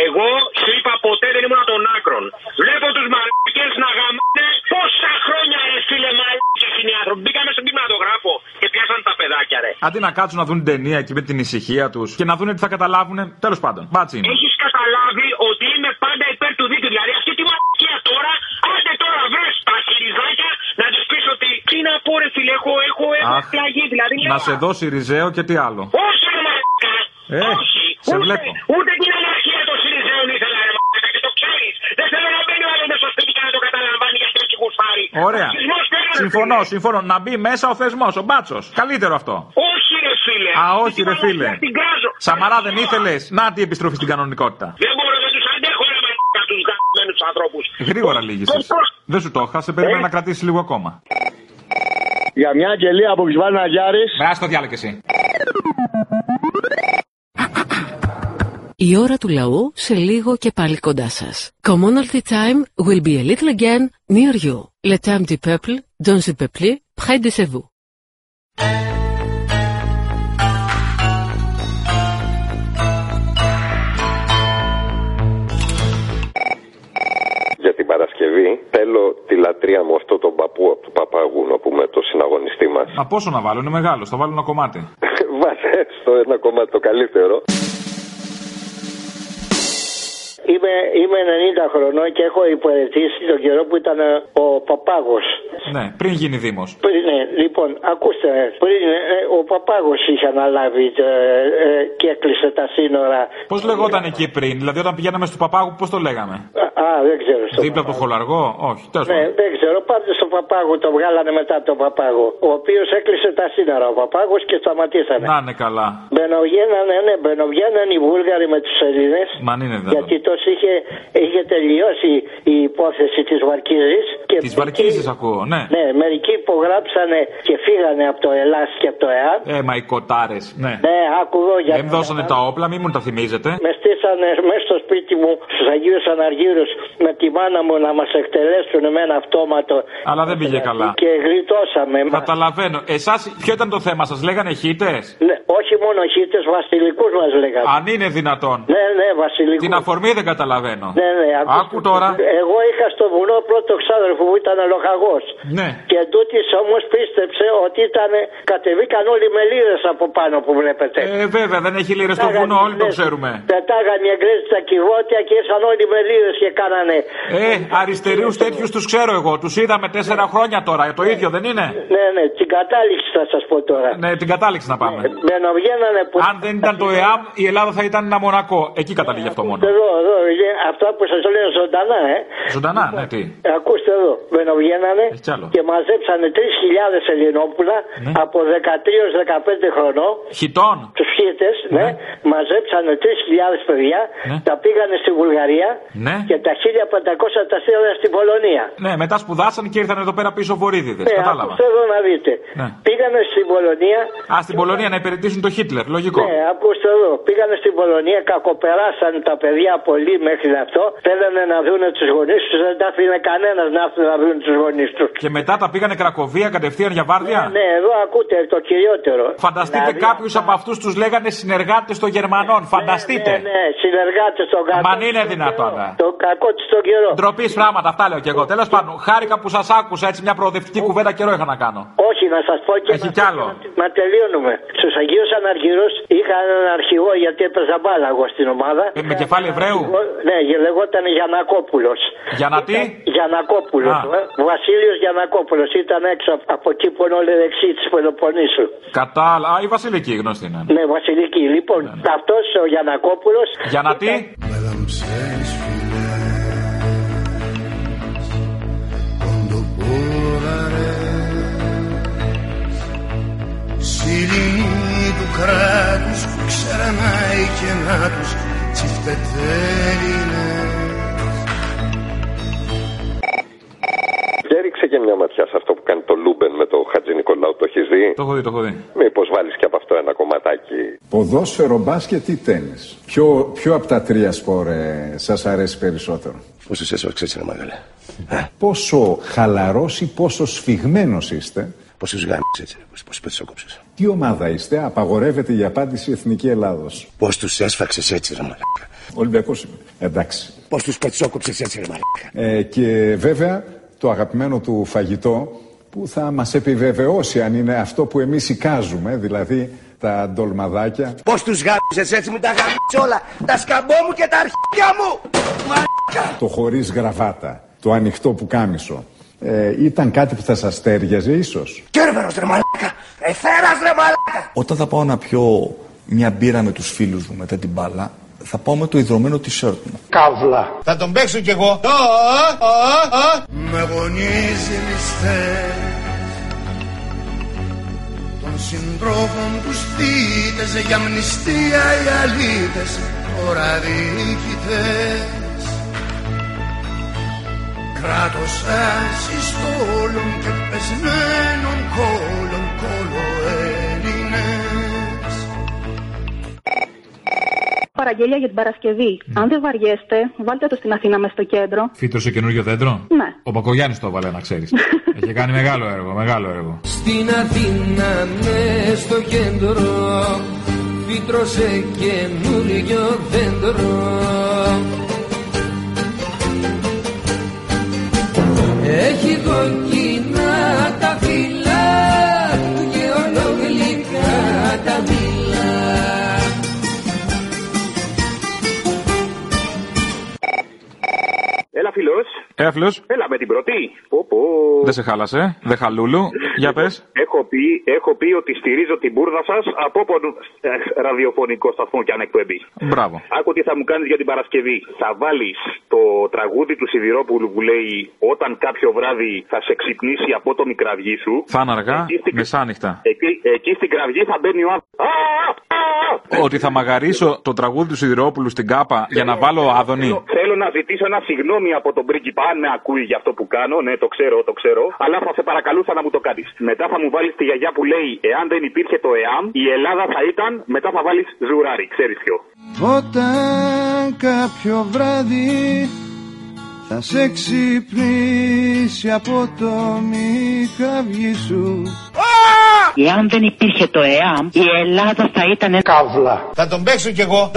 Εγώ σου είπα ποτέ δεν ήμουν των άκρων. Βλέπω τους μαλακές να γαμάνε πόσα χρόνια ρε φίλε μαλακές είναι οι άνθρωποι. Μπήκαμε στον κινηματογράφο και πιάσαν τα παιδάκια ρε.
Αντί να κάτσουν να δουν την ταινία εκεί με την ησυχία τους και να δουν τι θα καταλάβουν. Τέλος πάντων. Μπάτσι είναι.
Έχεις καταλάβει ότι είμαι πάντα υπέρ του δίκαιου. Δηλαδή αυτή τη μαλακία τώρα, άντε τώρα βρες τα χειριζάκια να τους πεις ότι. Τι να πω, ρε φίλε, έχω, έχω, έχω
Αχ,
πλαγεί. Δηλαδή
Να
λέω,
σε δώσει ριζέο και τι άλλο.
Όχι, ρε μαλακά.
Ε,
Όχι.
σε
Ούτε-
βλέπω.
Ούτε την αναρχία των Σιριζέων ήθελα, ρε μαλακά. Και το ξέρει. Δεν θέλω να μπαίνει ο άλλο μέσα στο σπίτι και να το καταλαμβάνει γιατί έχει γουστάρει.
Ωραία.
Φασισμός θέλω, ρε
Συμφωνώ, συμφωνώ. Να μπει μέσα ο θεσμός, ο μπάτσος. Καλύτερο αυτό.
φίλε. Όχι, ρε φίλε.
Α, όχι, ρε φίλε.
Την κράζω.
Σαμαρά δεν ήθελες. Να τι επιστροφή στην κανονικότητα.
Δεν μπορώ, δεν τους αντέχω, ρε μαλακά, τους γαμμένους ανθρώπους.
Γρήγορα λύγησε. Δεν σου το είχα, σε περίμενα να κρατήσεις λίγο ακόμα.
Ε. Για μια αγγελία που ξυβάλλει να γιάρει.
Μπρά το διάλογο εσύ.
Η ώρα του λαού σε λίγο και πάλι κοντά σας. Commonalty time will be a little again near you. Le temps du peuple, dans le peuple, près de chez vous.
Για την Παρασκευή θέλω τη λατρεία μου αυτό τον παππού από τον Παπαγού, να πούμε, το συναγωνιστή μας.
Μα πόσο να βάλω, είναι μεγάλος, θα βάλω ένα κομμάτι.
Βάσε στο ένα κομμάτι το καλύτερο.
Είμαι, είμαι 90 χρονών και έχω υπηρετήσει τον καιρό που ήταν ε, ο Παπάγος.
Ναι, πριν γίνει Δήμος.
Πριν, ε, λοιπόν, ακούστε, ε, πριν ε, ο Παπάγος είχε αναλάβει ε, ε, και έκλεισε τα σύνορα.
Πώς λεγόταν εκεί πριν, δηλαδή όταν πηγαίναμε στο παπάγου, πώς το λέγαμε.
Α, α, δεν ξέρω. στο-
Δίπλα από το χολαργό, όχι, τέλος
Ε. Ναι,
πάντων.
δεν ξέρω. Πάντως τον Παπάγο τον βγάλανε μετά τον Παπάγο. Ο οποίος έκλεισε τα σύνορα ο Παπάγος και σταματήσανε.
Να είναι καλά.
Μπαινοβγαίνανε, ναι, μπαινοβγαίνανε οι Βούλγαροι με τους Έλληνε.
Μα αν είναι δυνατόν.
Γιατί τόσο είχε, είχε τελειώσει η υπόθεση της Βαρκίζης.
Τι βαρκίζει ακούω, ναι.
Ναι, μερικοί υπογράψανε και φύγανε από το Ελλάς και από το ΕΑΠ.
Ε, μα οι κοτάρες. Ναι.
Ναι, άκουγα για
Δεν δώσανε τα όπλα, μην μου τα θυμίζετε.
Με στήσανε μέσα στο σπίτι μου στους Αγίους Αναργύρους με τη μάνα μου να μας εκτελέσουν με ένα αυτόματο.
Αλλά δεν
Ναι.
πήγε καλά.
Και γλιτώσαμε.
Καταλαβαίνω. Εσάς, ποιο ήταν το θέμα σας, λέγανε χείτε.
Λε- ναι, όχι μόνο χίτες, βασιλικούς μας λέγανε.
Αν είναι δυνατόν.
Ναι, ναι, βασιλικούς.
Την αφορμή δεν καταλαβαίνω.
Ναι, ναι, ακούστε.
Άκου τώρα.
Εγώ είχα στο βουνό πρώτο ξάδερφο που ήταν λοχαγό.
Ναι.
Και τούτη όμως πίστεψε ότι ήταν. Κατεβήκαν όλοι με λίρες από πάνω που βλέπετε.
Ε, βέβαια, δεν έχει λίρες
Ναι,
στο βουνό, όλοι το ξέρουμε.
Πετάγαν οι Εγγλέζοι τα κυβότια και ήσαν όλοι με λίρες και κάνανε.
Ε, αριστερίου τέτοιους τους ξέρω εγώ. Τους είδαμε τέσσερα χρόνια τώρα. Ε, Το ίδιο δεν είναι.
Ναι, ναι, την κατάληξη θα σας πω τώρα. Ε,
Ναι, την κατάληξη να πάμε.
Μπαινοβγαίνανε που.
Αν δεν ήταν το ΕΑΜ, η Ελλάδα θα ήταν ένα μονακό. Εκεί καταλήγει αυτό μόνο.
Εδώ, εδώ, ε, αυτά που σας λέω ζωντανά, ε.
Ζωντανά, ναι, τι.
Ακούστε εδώ, μπαινοβγαίνανε
Ε, κι άλλο. Ναι.
και μαζέψανε 3.000 Ελληνόπουλα από 13-15 χρονών.
Χιτών.
Τους φύτε, ναι. μαζέψανε 3.000 παιδιά, τα πήγανε στη Βουλγαρία
Ναι.
και τα 1.500 τα στείλανε στην Πολωνία.
Ναι, μετά σπουδάσαν και ήρθαν εδώ πέρα πίσω βορύδιδες.
Ναι,
Κατάλαβα.
ακούστε εδώ να δείτε.
Ναι.
Πήγανε στην Πολωνία
Α, στην Πολωνία να υπηρετήσουν το Χίτλερ, λογικό.
Ναι, ακούστε εδώ. Πήγανε στην Πολωνία, κακοπεράσαν τα παιδιά πολύ μέχρι αυτό. Θέλανε να δούνε τους γονείς τους, δεν τα αφήνε κανένας να έρθουν να δουν τους γονείς τους.
Και μετά τα πήγανε Κρακοβία κατευθείαν για βάρδια.
Ναι, Δηλαδή- εδώ ακούτε το κυριότερο.
Φανταστείτε κάποιους από αυτούς τους λέγανε συνεργάτες των Γερμανών. Φανταστείτε.
Ναι, συνεργάτε στον κακό.
Μα αν είναι δυνατόν. ε.
Το κακό τη στον καιρό.
Ντροπής πράγματα, αυτά λέω και εγώ. Τέλος πάντων, χάρηκα που σας άκουσα έτσι μια προοδευτική κουβέντα καιρό είχα να κάνω.
Όχι, να σας πω και.
Έχει κι άλλο.
Μα τελειώνουμε. Στους Αγίους Αναργυρούς είχα έναν αρχηγό γιατί έπαιζα μπάλα εγώ στην ομάδα.
Ε, με κεφάλι Εβραίου.
Ναι, λεγόταν Ε, Γιανακόπουλο.
Για να τι.
Γιανακόπουλος.
Α.
Βασίλειος Γιανακόπουλος ε. ήταν έξω απ- από εκεί που είναι όλοι δεξί της Πελοποννήσου.
Κατάλα. Α, η Βασιλική γνωστή είναι.
Ναι, Βασιλική. Λοιπόν,
Ναι.
αυτός ο Γιανακόπουλος.
Για να τι.
Madame ξέρεις φιλές Quando πόδαρες Σιλήνη του κράτους που ξερανάει και να τους τσιφτετέρινες
Για ρίξε και μια ματιά σε αυτό που κάνει το Λούμπεν με το Χατζη Νικολάου, το έχεις δει.
Το έχω δει, το έχω δει.
Μήπως βάλεις και από αυτό ένα κομματάκι.
Ποδόσφαιρο, μπάσκετ ή τέννις. Ποιο, ποιο από τα τρία σπορ ε, σας αρέσει περισσότερο.
Πόσο σε έσωξε έτσι, μεγάλε. Ε?
Πόσο χαλαρός ή πόσο σφιγμένος είστε.
Πόσο σου γάμισε έτσι. Πόσο πέτσε κόψε.
Τι ομάδα είστε. Απαγορεύεται η απάντηση Εθνική Ελλάδος.
Πώς τους έσφαξες έτσι, ρε μαλάκα.
Ολυμπιακός είμαι. Εντάξει.
Πώς τους πετσόκοψες έτσι, ρε μαλάκα.
Ε, και βέβαια το αγαπημένο του φαγητό που θα μας επιβεβαιώσει αν είναι αυτό που εμείς εικάζουμε, δηλαδή τα ντολμαδάκια.
Πώς τους γάμισες έτσι, μου τα γάμισε όλα. Τα σκαμπό μου και τα αρχίδια μου.
το χωρίς γραβάτα, το ανοιχτό πουκάμισο, ε, ήταν κάτι που θα σας στέριαζε ίσως.
Κέρβερος, ρε μαλάκα. Εθέρα, ρε μαλάκα.
Όταν θα πάω να πιω μια μπύρα με τους φίλους μου μετά την μπάλα, θα πάω με το ιδρωμένο t-shirt μου.
Καύλα.
Θα τον παίξω κι εγώ.
Με γονίζει μισθές Των συντρόφων που στείτες Για μνηστία οι αλήτες Τώρα διοικητές Κράτος ασυστόλων Και πεσμένων κόλων Κόλο
Παραγγελία για την Παρασκευή. Αν δεν βαριέστε, βάλτε το στην Αθήνα μες στο κέντρο.
Φύτρωσε καινούριο δέντρο.
Ναι.
Ο Πακογιάννη το έβαλε, να ξέρεις. Έχει κάνει μεγάλο έργο, μεγάλο έργο.
Στην Αθήνα ναι στο κέντρο φύτρωσε καινούριο δέντρο Έχει κόκκινα τα φύλλα του και ολογλικά τα μήλα
Έλα, φίλος.
Έφλο.
Έλα με την πρώτη. Πω, πω.
Δεν σε χάλασε. Δε χαλούλου. Για πες.
Έχω πει, έχω πει ότι στηρίζω την μπουρδα σας από όποιον ε, ραδιοφωνικό σταθμό και αν εκπέμπει.
Μπράβο.
Άκου τι θα μου κάνεις για την Παρασκευή. Θα βάλεις το τραγούδι του Σιδηρόπουλου που λέει Όταν κάποιο βράδυ θα σε ξυπνήσει από το μικραυγή σου.
Θα είναι αργά,
Εκεί στην,
μεσάνυχτα.
εκεί, εκεί στην κραυγή θα μπαίνει ο άνθρωπο.
Ότι θα μαγαρίσω το τραγούδι του Σιδηρόπουλου στην κάπα για να βάλω άδωνη.
Θέλω να ζητήσω ένα συγγνώμη από τον πρίγκιπα, αν με ακούει για αυτό που κάνω. Ναι, το ξέρω, το ξέρω. Αλλά θα σε παρακαλούσα να μου το κάνεις. Μετά θα μου βάλεις τη γιαγιά που λέει: Εάν δεν υπήρχε το ΕΑΜ, η Ελλάδα θα ήταν. Μετά θα βάλεις ζουράρι, ξέρεις ποιο.
Όταν κάποιο βράδυ θα σε ξυπνήσει από το μηχαυγή σου
Εάν δεν υπήρχε το ΕΑΜ, η Ελλάδα θα ήταν καύλα.
Θα τον παίξω κι εγώ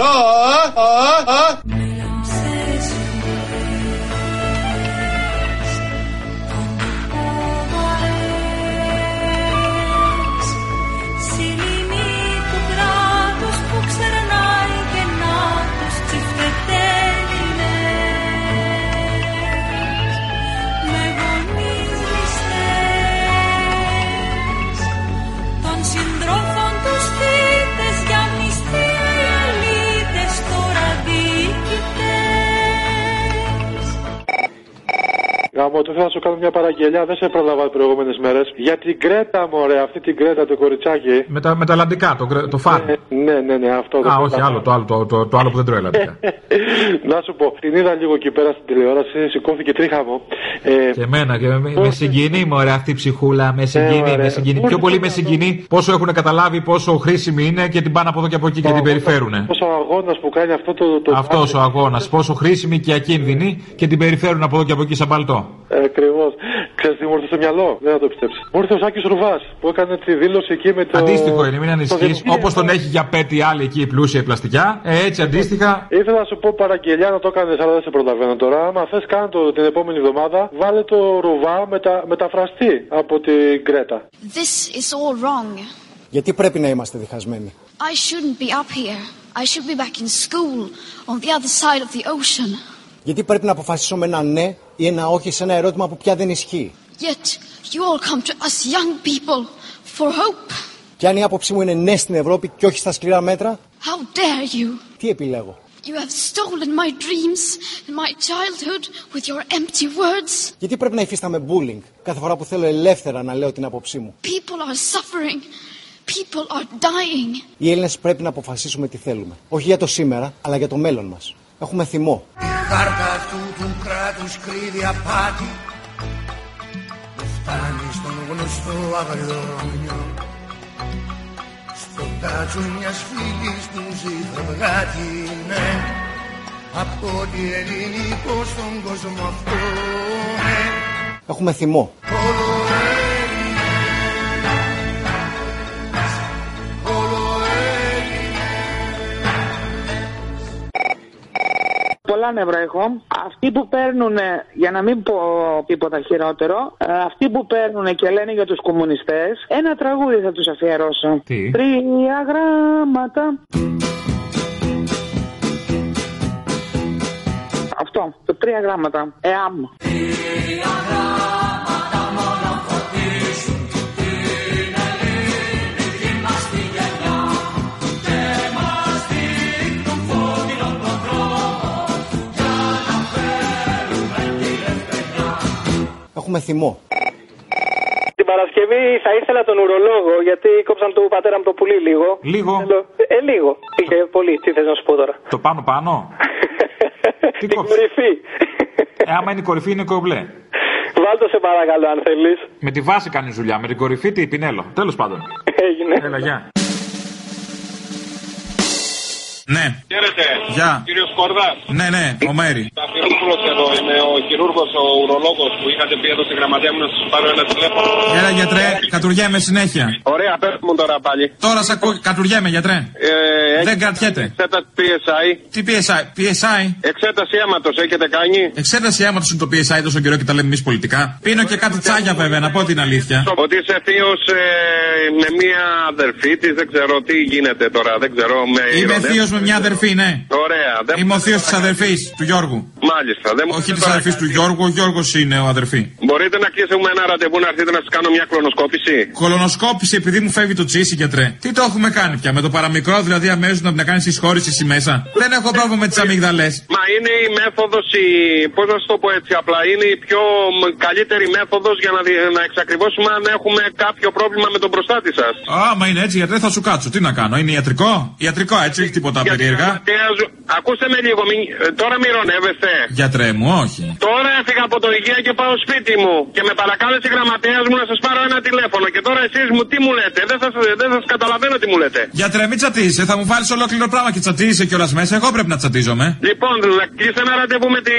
Συλλημή του κράτους που ξερνάει και να τους τσιφτετέλινες με γονείς ληστές των συντρόφων τους θύτες για μνηστία οι αλήτες τώρα διοικητές
Γαμώ, το θέλω να σου κάνω μια παραγγελιά, δεν σε πρόλαβα τις προηγούμενες μέρες. Για την Κρέτα, μωρέ, αυτή την Κρέτα, το κοριτσάκι.
Με τα, με τα ελλαντικά, το, γκρε- το φαν.
Ναι, ναι, ναι, αυτό δεν
Α,
το
όχι,
κάνω.
άλλο, το άλλο, το, το, το άλλο που δεν τρώει ελλαντικά.
να σου πω, την είδα λίγο εκεί πέρα στην τηλεόραση, σηκώθηκε τρίχαμο. Ε,
Και εμένα, και με, με συγκινεί μωρέ αυτή η ψυχούλα, με συγκινεί, με συγκινεί. Πιο πολύ με συγκινεί πόσο έχουν καταλάβει πόσο χρήσιμη είναι και την πάνε από εδώ και από εκεί και την περιφέρουνε.
Πώς ο αγώνας που κάνει αυτό το. το
Αυτός ο αγώνας, πόσο χρήσιμη και ακίνδυνη και την περιφέρουν από εδώ και από εκεί σαν παλτό.
Ακριβώς. Ξέρεις ε, τι μου ήρθε στο μυαλό, δεν θα το πιστέψεις. Μου ήρθε ο Σάκης Ρουβάς που έκανε τη δήλωση εκεί με το.
Αντίστοιχο είναι, μην
το
ανησυχείς.
δελτίο.
Όπως τον έχει για πέτη άλλη εκεί η πλούσια η πλαστικά, ε, έτσι αντίστοιχα.
Ήθελα να σου πω παραγγελιά να το κάνει, αλλά δεν σε προλαβαίνω τώρα. Άμα θες, κάνε το την επόμενη εβδομάδα. Βάλε το ρουβά μετα, μεταφραστή από την Κρέτα.
This is all wrong.
Γιατί πρέπει να είμαστε διχασμένοι.
I shouldn't be up here. I should be back in school on the other side of the ocean.
Γιατί πρέπει να αποφασίσουμε ένα ναι ή ένα όχι σε ένα ερώτημα που πια δεν ισχύει.
Yet you all come to us young people for hope.
Και αν η άποψή μου είναι ναι στην Ευρώπη και όχι στα σκληρά μέτρα,
How dare you?
τι επιλέγω.
You have stolen my dreams and my childhood with your empty words.
Γιατί πρέπει να υφίσταμε bullying κάθε φορά που θέλω ελεύθερα να λέω την άποψή μου.
People are suffering. People are dying.
Οι Έλληνες πρέπει να αποφασίσουμε τι θέλουμε. Όχι για το σήμερα, αλλά για το μέλλον μας. Έχουμε θυμό.
Χάρτα αυτού του κράτους κρύβει απάτη που φτάνει στον γνωστό αγριόνιο στο τάτσο μιας φίλης του ζηταβγάτη ναι από ό,τι ελληνικό στον κόσμο αυτό ναι
Έχουμε θυμό.
όλο Έλληνες όλο Έλληνες
Πολλά νεύρα έχω. Αυτοί που παίρνουν, για να μην πω τίποτα χειρότερο, ε, αυτοί που παίρνουν και λένε για τους κομμουνιστές, ένα τραγούδι θα τους αφιερώσω.
Τι?
Τρία γράμματα. Αυτό, το τρία γράμματα. ΕΑΜ.
Έχουμε θυμό.
Την Παρασκευή θα ήθελα τον ουρολόγο γιατί κόψαν του πατέρα μου το πουλί λίγο.
Λίγο.
Ε, λίγο. Είχε πολύ. Τι θες να σου πω τώρα.
Το πάνω πάνω. Τι κόψε. Ε, άμα είναι η κορυφή, είναι κομπλέ.
Βάλτο σε παρακαλώ αν θέλεις.
Με τη βάση κάνει δουλειά, με την κορυφή τι, πινέλο. Τέλος πάντων.
Έγινε.
Έλα, γεια. Ναι,
Χαίρετε.
Γεια.
Κύριος Σκορδά.
ναι, ναι, ο Μέρη.
Ταφυρόπουλο εδώ. Είμαι ο χειρούργος, ο ουρολόγος που είχατε πει εδώ στη γραμματεία μου να σας πάρω ένα τηλέφωνο.
Έλα, γιατρέ, κατουριέμαι συνέχεια.
Ωραία, πες μου τώρα πάλι.
Τώρα σε ακούω, κατουριέμαι, γιατρέ.
Ε,
Δεν κρατιέται.
Εξέταση PSI.
Τι PSI, PSI.
Εξέταση αίματος έχετε κάνει.
Εξέταση άμα του είναι το PSI τόσο καιρό και τα λέμε εμείς πολιτικά. Πίνω και κάτι τσάγια βέβαια, να πω την αλήθεια.
Ότι είσαι θείος με μία αδερφή της, δεν ξέρω τι γίνεται τώρα, δεν ξέρω. Με
Είμαι
ηρωνεύεις.
θείος με μια αδερφή, ναι.
Ωραία, δεν
Είμαι ο θείος της αδερφή του Γιώργου.
Μάλιστα, δεν μου
Όχι τη
τώρα
αδερφή του Γιώργου, ο Γιώργος είναι ο αδερφή.
Μπορείτε να κλείσουμε ένα ραντεβού να έρθετε να σας κάνω μια κολονοσκόπηση.
Κολονοσκόπηση επειδή μου φεύγει το τσίσι, γιατρέ. Τι το έχουμε κάνει πια, με το παραμικρό δηλαδή αμέσως να, να κάνεις συσχώρησης μέσα. Δεν έχω πρόβλημα
Ε,
με τις αμυγδαλέ.
Μα είναι η μέθοδος, η... πώς να σου το πω έτσι απλά, είναι η πιο μ, καλύτερη μέθοδος για να, δι- να εξακριβώσουμε αν έχουμε κάποιο πρόβλημα με τον προστάτη σας.
Άμα είναι έτσι, γιατρέ, θα σου κάτσω. Τι να κάνω, είναι
ναι.
ιατρικό. Ιατρικό, έτσι, όχι τίποτα περίεργα.
Ακούστε με λίγο, μην... ε, τώρα μοιρονεύεστε.
Γιατρέ μου, όχι.
Τώρα έφυγα από το υγεία και πάω σπίτι μου. Και με παρακάλεσε η γραμματέας μου να σας πάρω ένα τηλέφωνο. Και τώρα εσείς μου τι μου λέτε. Δεν σας δεν σας καταλαβαίνω τι μου λέτε.
Γιατρέ, μην τσατίσαι, θα μου βάλεις ολόκληρο πράγμα και τσατίσαι κιόλας μέσα. Εγώ πρέπει να τσατίζομαι.
Λοιπόν, να κλείσω ένα ραντεβού με τη.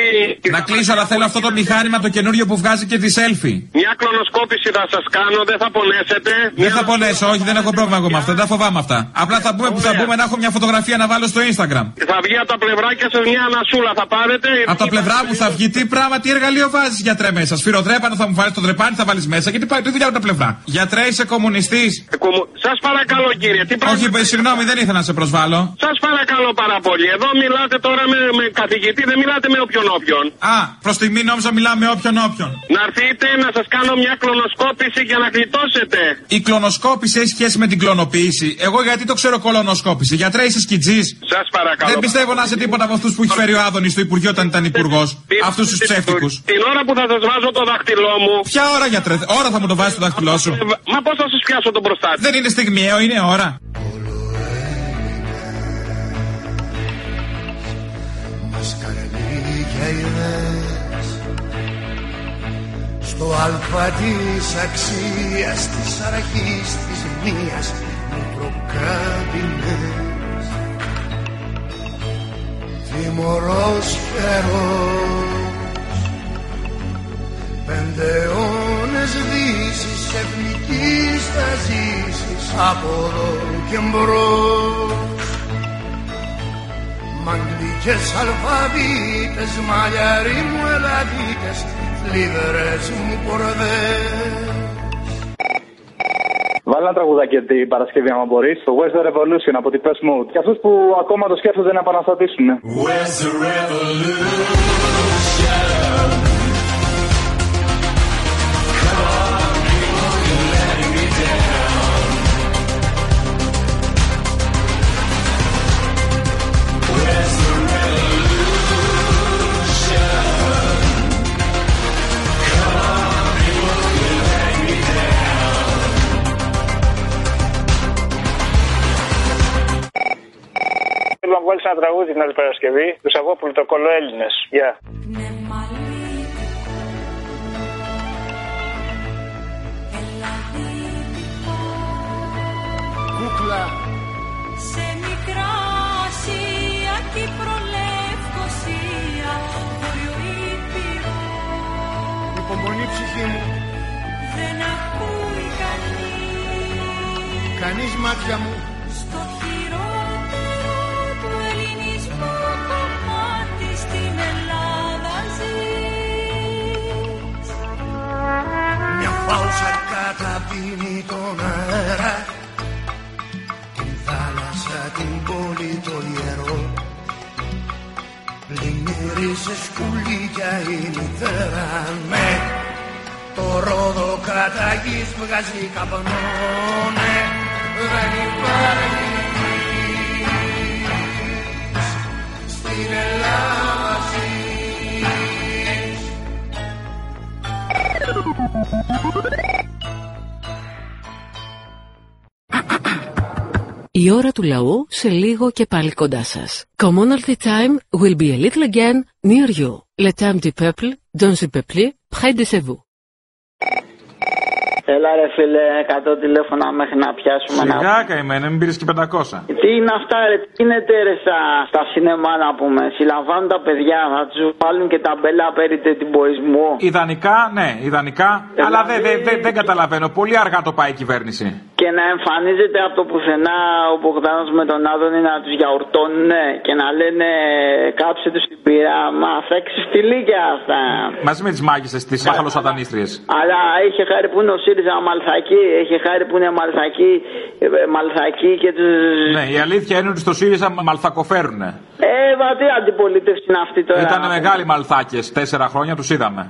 Να κλείσω, αλλά θέλω αυτό το μηχάνημα το καινούριο που βγάζει και τη selfie.
Μια κλωνοσκόπηση θα σας κάνω, δεν θα πονέσετε.
Δεν θα πονέσω, όχι, δεν έχω πρόβλημα εγώ με αυτά, δεν τα φοβάμαι αυτά. Απλά θα πούμε που θα πούμε να έχω μια φωτογραφία να βάλω στο Instagram.
Θα βγει από τα πλευράκια σα μια ανασούλα, θα πάρετε.
Από τα πλευρά
ε,
μου θα βγει τι πράγμα, τι εργαλείο βάζεις γιατρέ μέσα. Σφυροδρέπανο θα μου βάλεις το τρεπάνι, θα βάλεις μέσα. Γιατί πάει το δουλειά από τα πλευρά. Γιατρέ είσαι κομμουνιστής.
Σα Ε, παρακαλώ κύριε, τι πράγμα.
Όχι, παι, συγγνώμη, δεν ήθελα να σε προσβάλλω.
Σας παρακαλώ πάρα πολύ. Εδώ μιλάτε τώρα με, με καθηγητή, δεν μιλάτε με όποιον όποιον.
Α, προς τη μήνυ νόμιζα μιλάμε όποιον όποιον.
Να έρθετε να σας κάνω μια κλωνοσκόπηση για να γλιτώσετε.
Η κλωνοσκόπηση έχει σχέση με την κλωνοποίηση. Εγώ γιατί το ξέρω κολονοσκόπηση. Γιατρέ είσαι σκιτζής.
Σας παρακαλώ.
Δεν πιστεύω να είσαι τίποτα από αυτούς που έχει φέρει ο Άδωνης στο Υπουργείο όταν ήταν υπουργός. Αυτούς τους ψεύτικους.
Την ώρα που θα σας βάζω το δάχτυλό μου. Ε,
Ποια ώρα γιατρέ, ώρα θα μου το βάζεις το δάχτυλό σου.
Μα πώς θα σας πιάσω τον προστάτη.
Δεν είναι στιγμιαίο, είναι ώρα.
Μας καρνεί και είδες Στο αλφα της αξίας Της αρχής της μίας Μικροκάμπινες Τιμωρός καιρός Πέντε αιώνες δύσεις Εθνικής θα ζήσεις Από εδώ και μπρος Μ' αγγλικές αλφαβήτες, μαλλιαροί μου ελαδίτες, θλιβερές μου κορδές.
Βάλε ένα τραγουδάκι την Παρασκευή, άμα μπορείς. Το Where's the Revolution από τη Press Mode. Και αυτούς που ακόμα το σκέφτονται να επαναστατήσουν. ναι.
Where's the revolution? Come on, people, you're letting me down. Where's the revolution? Come on, people, you're letting me down.
Θέλω να βγάλει ένα τραγούδι την άλλη Παρασκευή του Σαββόπουλου, το κολό Έλληνες. Γεια.
Κούκλα.
Σε μικρά Ασία και προλευκοσία Βόρειο Ήπειρο
Υπομονή ψυχή μου,
δεν ακούει κανείς
κανείς μάτια μου
Στο χειρότερο του ελληνισμού κομμάτι στην Ελλάδα ζεις
Μια φάουσα καταπίνει τον αέρα Την θάλασσα, την πόλη, το ιερό Πλημμύρισες σκουλίκια η μητέρα Ναι, το ρόδο καταγής βγάζει καπνό Ναι, δεν υπάρχει γης Στην Ελλάδα ζεις
Η ώρα του λαού σε λίγο και πάλι κοντά σας. Commonalty time will be a little again near you. Le temps du peuple, dans le peuple, près de chez vous.
Έλα ρε φίλε, 100 τηλέφωνα μέχρι να πιάσουμε ένα.
Σιγά καημένα, μην πήρες και 500.
Τι είναι αυτά ρε, τι γίνεται ρε στα, στα σινεμά να πούμε. Συλλαμβάνουν τα παιδιά, θα τους βάλουν και τα μπέλα περί τετυμπορισμού.
Ιδανικά, ναι, ιδανικά.
Δηλαδή-
Αλλά δεν δεν- δεν- δεν καταλαβαίνω. Πολύ αργά το πάει η κυβέρνηση.
Και να εμφανίζεται από το πουθενά ο Μπογδάνος με τον Άδωνη να τους γιαουρτώνουν και να λένε κάψε τους την πυρά. Μα θα ξεφτυλίκια αυτά.
Μαζί με τις μάγισσες, τις άχαλο σατανίστριε.
Αλλά είχε χάρη που είναι ο ΣΥΡΙΖΑ Μαλθακή, είχε χάρη που είναι Μαλθακή, ε, Μαλθακή και τους...
Ναι, η αλήθεια είναι ότι στο ΣΥΡΙΖΑ μαλθακοφέρουνε.
Ε, μα τι
Ε,
αντιπολίτευση είναι αυτή τώρα.
Ήταν μεγάλοι μαλθάκες. Τέσσερα χρόνια τους είδαμε.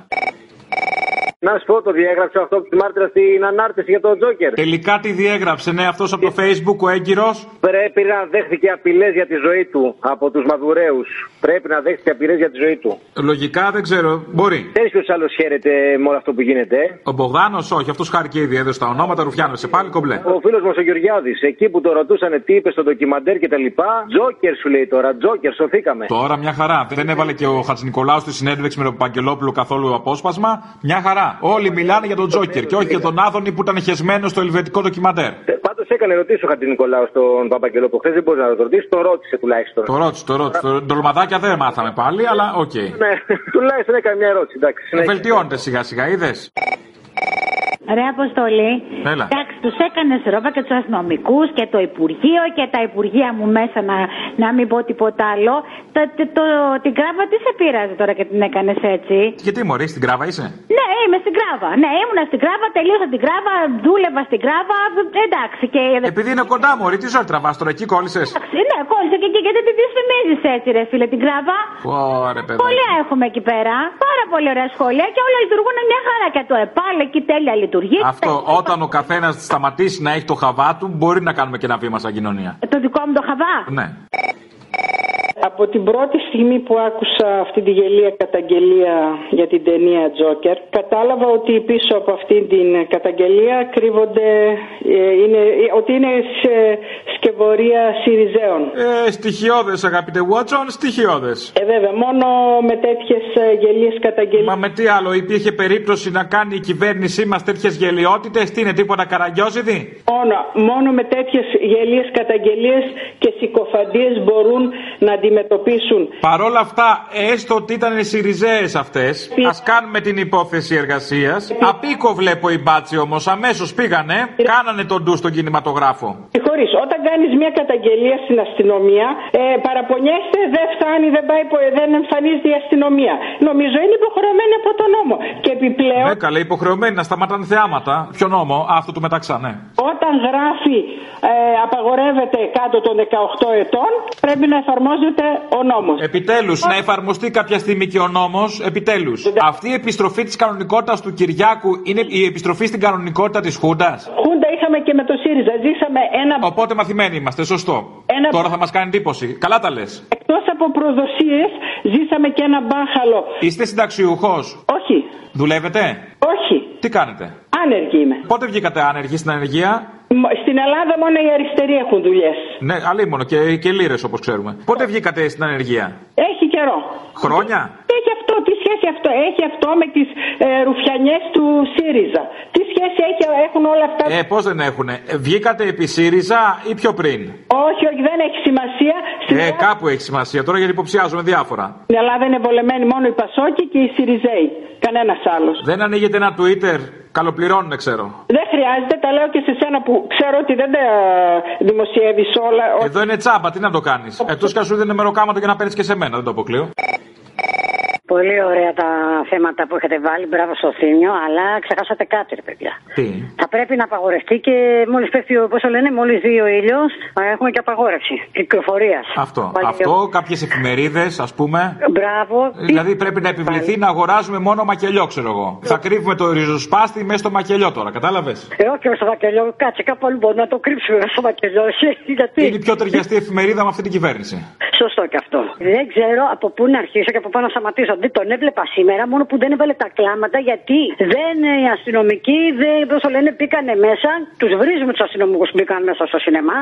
Να σου πω, το διέγραψε αυτό που τη μάρτυρα στην ανάρτηση για τον Τζόκερ.
Τελικά τι διέγραψε, ναι, αυτός από το Facebook ο έγκυρος.
Πρέπει να δέχτηκε απειλές για τη ζωή του από τους Μαδουρέου. Πρέπει να δέχτηκε απειλές για τη ζωή του.
Λογικά δεν ξέρω, μπορεί.
Ξέρεις ποιος άλλος χαίρεται με όλο αυτό που γίνεται. ε?
Ο Μπογδάνος, όχι, αυτός Χαρκίδη έδωσε τα ονόματα, Ρουφιάνωσε πάλι κομπλέ.
Ο φίλος μας ο Γεωργιάδης, εκεί που το ρωτούσαν τι είπε στο ντοκιμαντέρ και τα λοιπά, Τζόκερ σου λέει τώρα, Τζόκερ, σωθήκαμε.
Τώρα μια χαρά. Δεν έβαλε και ο Χατζη Νικολάου στη συνέντευξη με τον Παγκελόπουλο καθόλου απόσπασμα. Μια χαρά. Όλοι μιλάνε για τον Τζόκερ και όχι για τον Άδωνη που ήταν χεσμένος στο ελβετικό ντοκιμαντέρ.
Πάντως έκανε ρωτήσει ο Χατζη Νικολάου στον Παπαγγελόπουλο. Χθες δεν μπορείς να το ρωτήσεις, το ρώτησε τουλάχιστον.
Το ρώτησε, το ρώτησε. Το- Ε, Ντολμαδάκια δεν μάθαμε πάλι, αλλά οκ. Ε,
Ναι, τουλάχιστον έκανε μια ερώτηση, εντάξει. συνέχισε.
Βελτιώνεται σιγά σιγά, είδες.
Ρε Αποστολή.
Έλα.
Εντάξει, τους έκανες ρόβα και τους αστυνομικούς και το Υπουργείο και τα Υπουργεία μου μέσα να, να μην πω τίποτα άλλο. Τα, τε- το, την κράβα τι σε πειράζει τώρα και την έκανες έτσι.
Γιατί μωρή, στην κράβα είσαι.
Ναι, είμαι στην κράβα. Ναι, ήμουνα στην κράβα, τελείωσα την κράβα, δούλευα στην κράβα. Εντάξει και.
Επειδή είναι κοντά μωρή, τι ζωή τραβάς τώρα, εκεί κόλλησες.
Εντάξει, ναι, κόλλησε και, και γιατί την δυσφημίζει έτσι, ρε φίλε, την κράβα.
Ωραία, παιδί.
Σχόλια έχουμε εκεί πέρα. Πάρα πολύ ωραία σχόλια και όλα λειτουργούν μια χαρά. Και το ΕΠΑΛ εκεί τέλεια λειτουργεί.
Αυτό, όταν ο καθένας σταματήσει να έχει το χαβά του, μπορεί να κάνουμε και ένα βήμα σαν κοινωνία.
Το δικό μου το χαβά.
Ναι.
Από την πρώτη στιγμή που άκουσα αυτή τη γελία καταγγελία για την ταινία Τζόκερ, κατάλαβα ότι πίσω από αυτή την καταγγελία κρύβονται, ε, είναι, ε, ότι είναι σε σκευωρία Σιριζέων.
Ε, στοιχειώδες, αγαπητέ Βότσον, στοιχειώδες.
Ε, βέβαια, μόνο με ε, τέτοιε γελίες καταγγελίες.
Μα Ε, με τι άλλο, υπήρχε περίπτωση να κάνει η κυβέρνησή μας τέτοιες γελιότητες, τι είναι, τίποτα καραγκιόζηδη.
Μόνο, μόνο με τέτοιες γελίες καταγγελίες και συκοφαντίες μπορούν να αντιμετωπίσουν
Παρόλα αυτά, έστω ότι ήταν σιριζέες αυτές, ας κάνουμε την υπόθεση εργασίας. Απίκο βλέπω οι μπάτσι όμως, αμέσως πήγανε, κάνανε τον ντου στον κινηματογράφο.
Συγχωρείς, όταν κάνεις μια καταγγελία στην αστυνομία, ε, παραπονιέστε, δεν φτάνει, δεν, πάει, πο- δεν εμφανίζεται η αστυνομία. Νομίζω είναι υποχρεωμένη από τον νόμο. Και επιπλέον,
Ναι, καλά, υποχρεωμένοι να σταματάνε θεάματα. Ποιο νόμο, αυτό του μεταξά, ναι.
όταν γράφει ε, απαγορεύεται κάτω των 18 ετών, πρέπει να εφαρμόζεται ο νόμος.
Επιτέλους, να εφαρμοστεί κάποια στιγμή και ο νόμος. Επιτέλους. Αυτή η επιστροφή της κανονικότητας του Κυριάκου είναι η επιστροφή στην κανονικότητα της Χούντας.
Χούντα είχαμε και με το ΣΥΡΙΖΑ, ζήσαμε ένα...
Οπότε μαθημένοι είμαστε, σωστό.
Ένα-
Τώρα θα μας κάνει εντύπωση. Καλά τα λες.
Εκτός από προδοσίες, ζήσαμε και ένα μπάχαλο.
Είστε συνταξιούχος.
Όχι.
Δουλεύετε.
Όχι.
Τι κάνετε.
Άνεργη είμαι.
Πότε βγήκατε άνεργοι στην ανεργία.
Μ- Στην Ελλάδα μόνο οι αριστεροί έχουν δουλειές.
Ναι, αλίμονο και, και λίρε όπως ξέρουμε. Πότε βγήκατε στην ανεργία.
Έχει καιρό.
Χρόνια.
Τι Έχει αυτό, τι σχέση αυτό έχει αυτό με τις ε, ρουφιανιές του ΣΥΡΙΖΑ. Τι σχέση έχει, έχουν όλα αυτά.
Ε, πώς δεν έχουνε. Ε, Βγήκατε επί ΣΥΡΙΖΑ ή πιο πριν.
Όχι, όχι, δεν έχει σημασία.
Ε, κάπου έχει σημασία τώρα γιατί υποψιάζουμε διάφορα.
Στην Ελλάδα είναι βολεμένοι μόνο οι Πασόκοι και οι ΣΥΡΙΖΕΙ. Κανένας άλλος.
Δεν ανοίγεται ένα Twitter. Καλοπληρώνουνε, ξέρω.
Δεν χρειάζεται, τα λέω και σε σένα που ξέρω ότι δεν τα ε, δημοσιεύεις όλα.
Εδώ είναι τσάμπα, τι να το Ε, κάνει. Εκτό και αν σου δίνει μεροκάματο για να παίρνεις και σε μένα, δεν το αποκλείω.
Πολύ ωραία τα θέματα που έχετε βάλει. Μπράβο στο θύμιο, αλλά ξεχάσατε κάτι, ρε παιδιά.
Τι.
Θα πρέπει να απαγορευτεί και μόλις πέφτει, ο- πώς το λένε, μόλις δει ο ήλιος, έχουμε και απαγόρευση κυκλοφορίας.
Αυτό. Αυτό, κάποιες εφημερίδες, ας πούμε.
Μπράβο.
Δηλαδή πρέπει να επιβληθεί να αγοράζουμε μόνο μακελιό, ξέρω εγώ. Θα κρύβουμε το ριζοσπάστη μέσα στο μακελιό τώρα, κατάλαβες.
Ε, όχι μέσα στο βακελιό, κάτσε κάπου αλλού μπορεί να το κρύψουμε μέσα στο βακελιό. εσύ, Γιατί.
Είναι η πιο ταιριαστή εφημερίδα με αυτή την κυβέρνηση.
Σωστό και αυτό. Δεν ξέρω από πού να αρχίσω και από πού να σταματήσω. Δεν τον έβλεπα σήμερα, μόνο που δεν έβαλε τα κλάματα γιατί δεν ε, οι αστυνομικοί, δεν, πώς το λένε, μπήκανε μέσα. Τους βρίζουμε τους αστυνομικούς που μπήκαν μέσα στο σινεμά.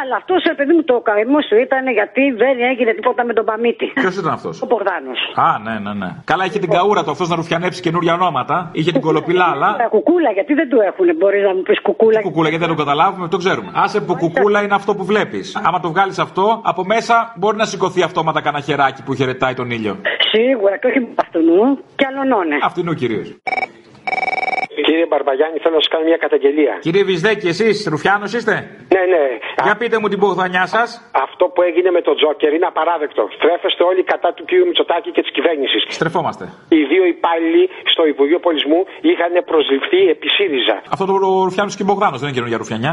Αλλά αυτός, παιδί μου, το καημό σου ήταν γιατί δεν έγινε τίποτα με τον Παμίτη.
Ποιος ήταν αυτός.
Ο Πορδάνος.
Α, ναι, ναι, ναι. Καλά, είχε την καούρα του αυτός να ρουφιανέψει καινούργια ονόματα. Είχε την κολοπηλά, αλλά.
Τα κουκούλα, γιατί δεν του έχουν, μπορείς να μου πεις κουκούλα.
Κουκούλα, γιατί δεν το καταλάβουμε, το ξέρουμε. Άσε που κουκούλα είναι αυτό που βλέπεις. Άμα το βγάλεις αυτό, από μέσα μπορεί να σηκωθεί αυτόματα κανένα χεράκι που χαιρετάει τον ήλιο.
Σίγουρα και όχι με αυτού και αλωνώνε.
Αυτού κυρίως.
Κύριε Μπαρμπαγιάννη, θέλω να σας κάνω μια καταγγελία.
Κύριε Βυσδέκη, εσείς Ρουφιάνος είστε.
Ναι, ναι.
Για πείτε μου την πογδανιά σα.
Αυτό που έγινε με τον Τζόκερ είναι απαράδεκτο. Στρέφεστε όλοι κατά του κύριου Μητσοτάκη και της κυβέρνησης.
Στρεφόμαστε.
Οι δύο υπάλληλοι στο Υπουργείο Πολιτισμού είχαν προσληφθεί επί ΣΥΡΙΖΑ.
Αυτό το Ρουφιάνος και Μπογδάνος δεν είναι καινούργια Ρουφιανιά.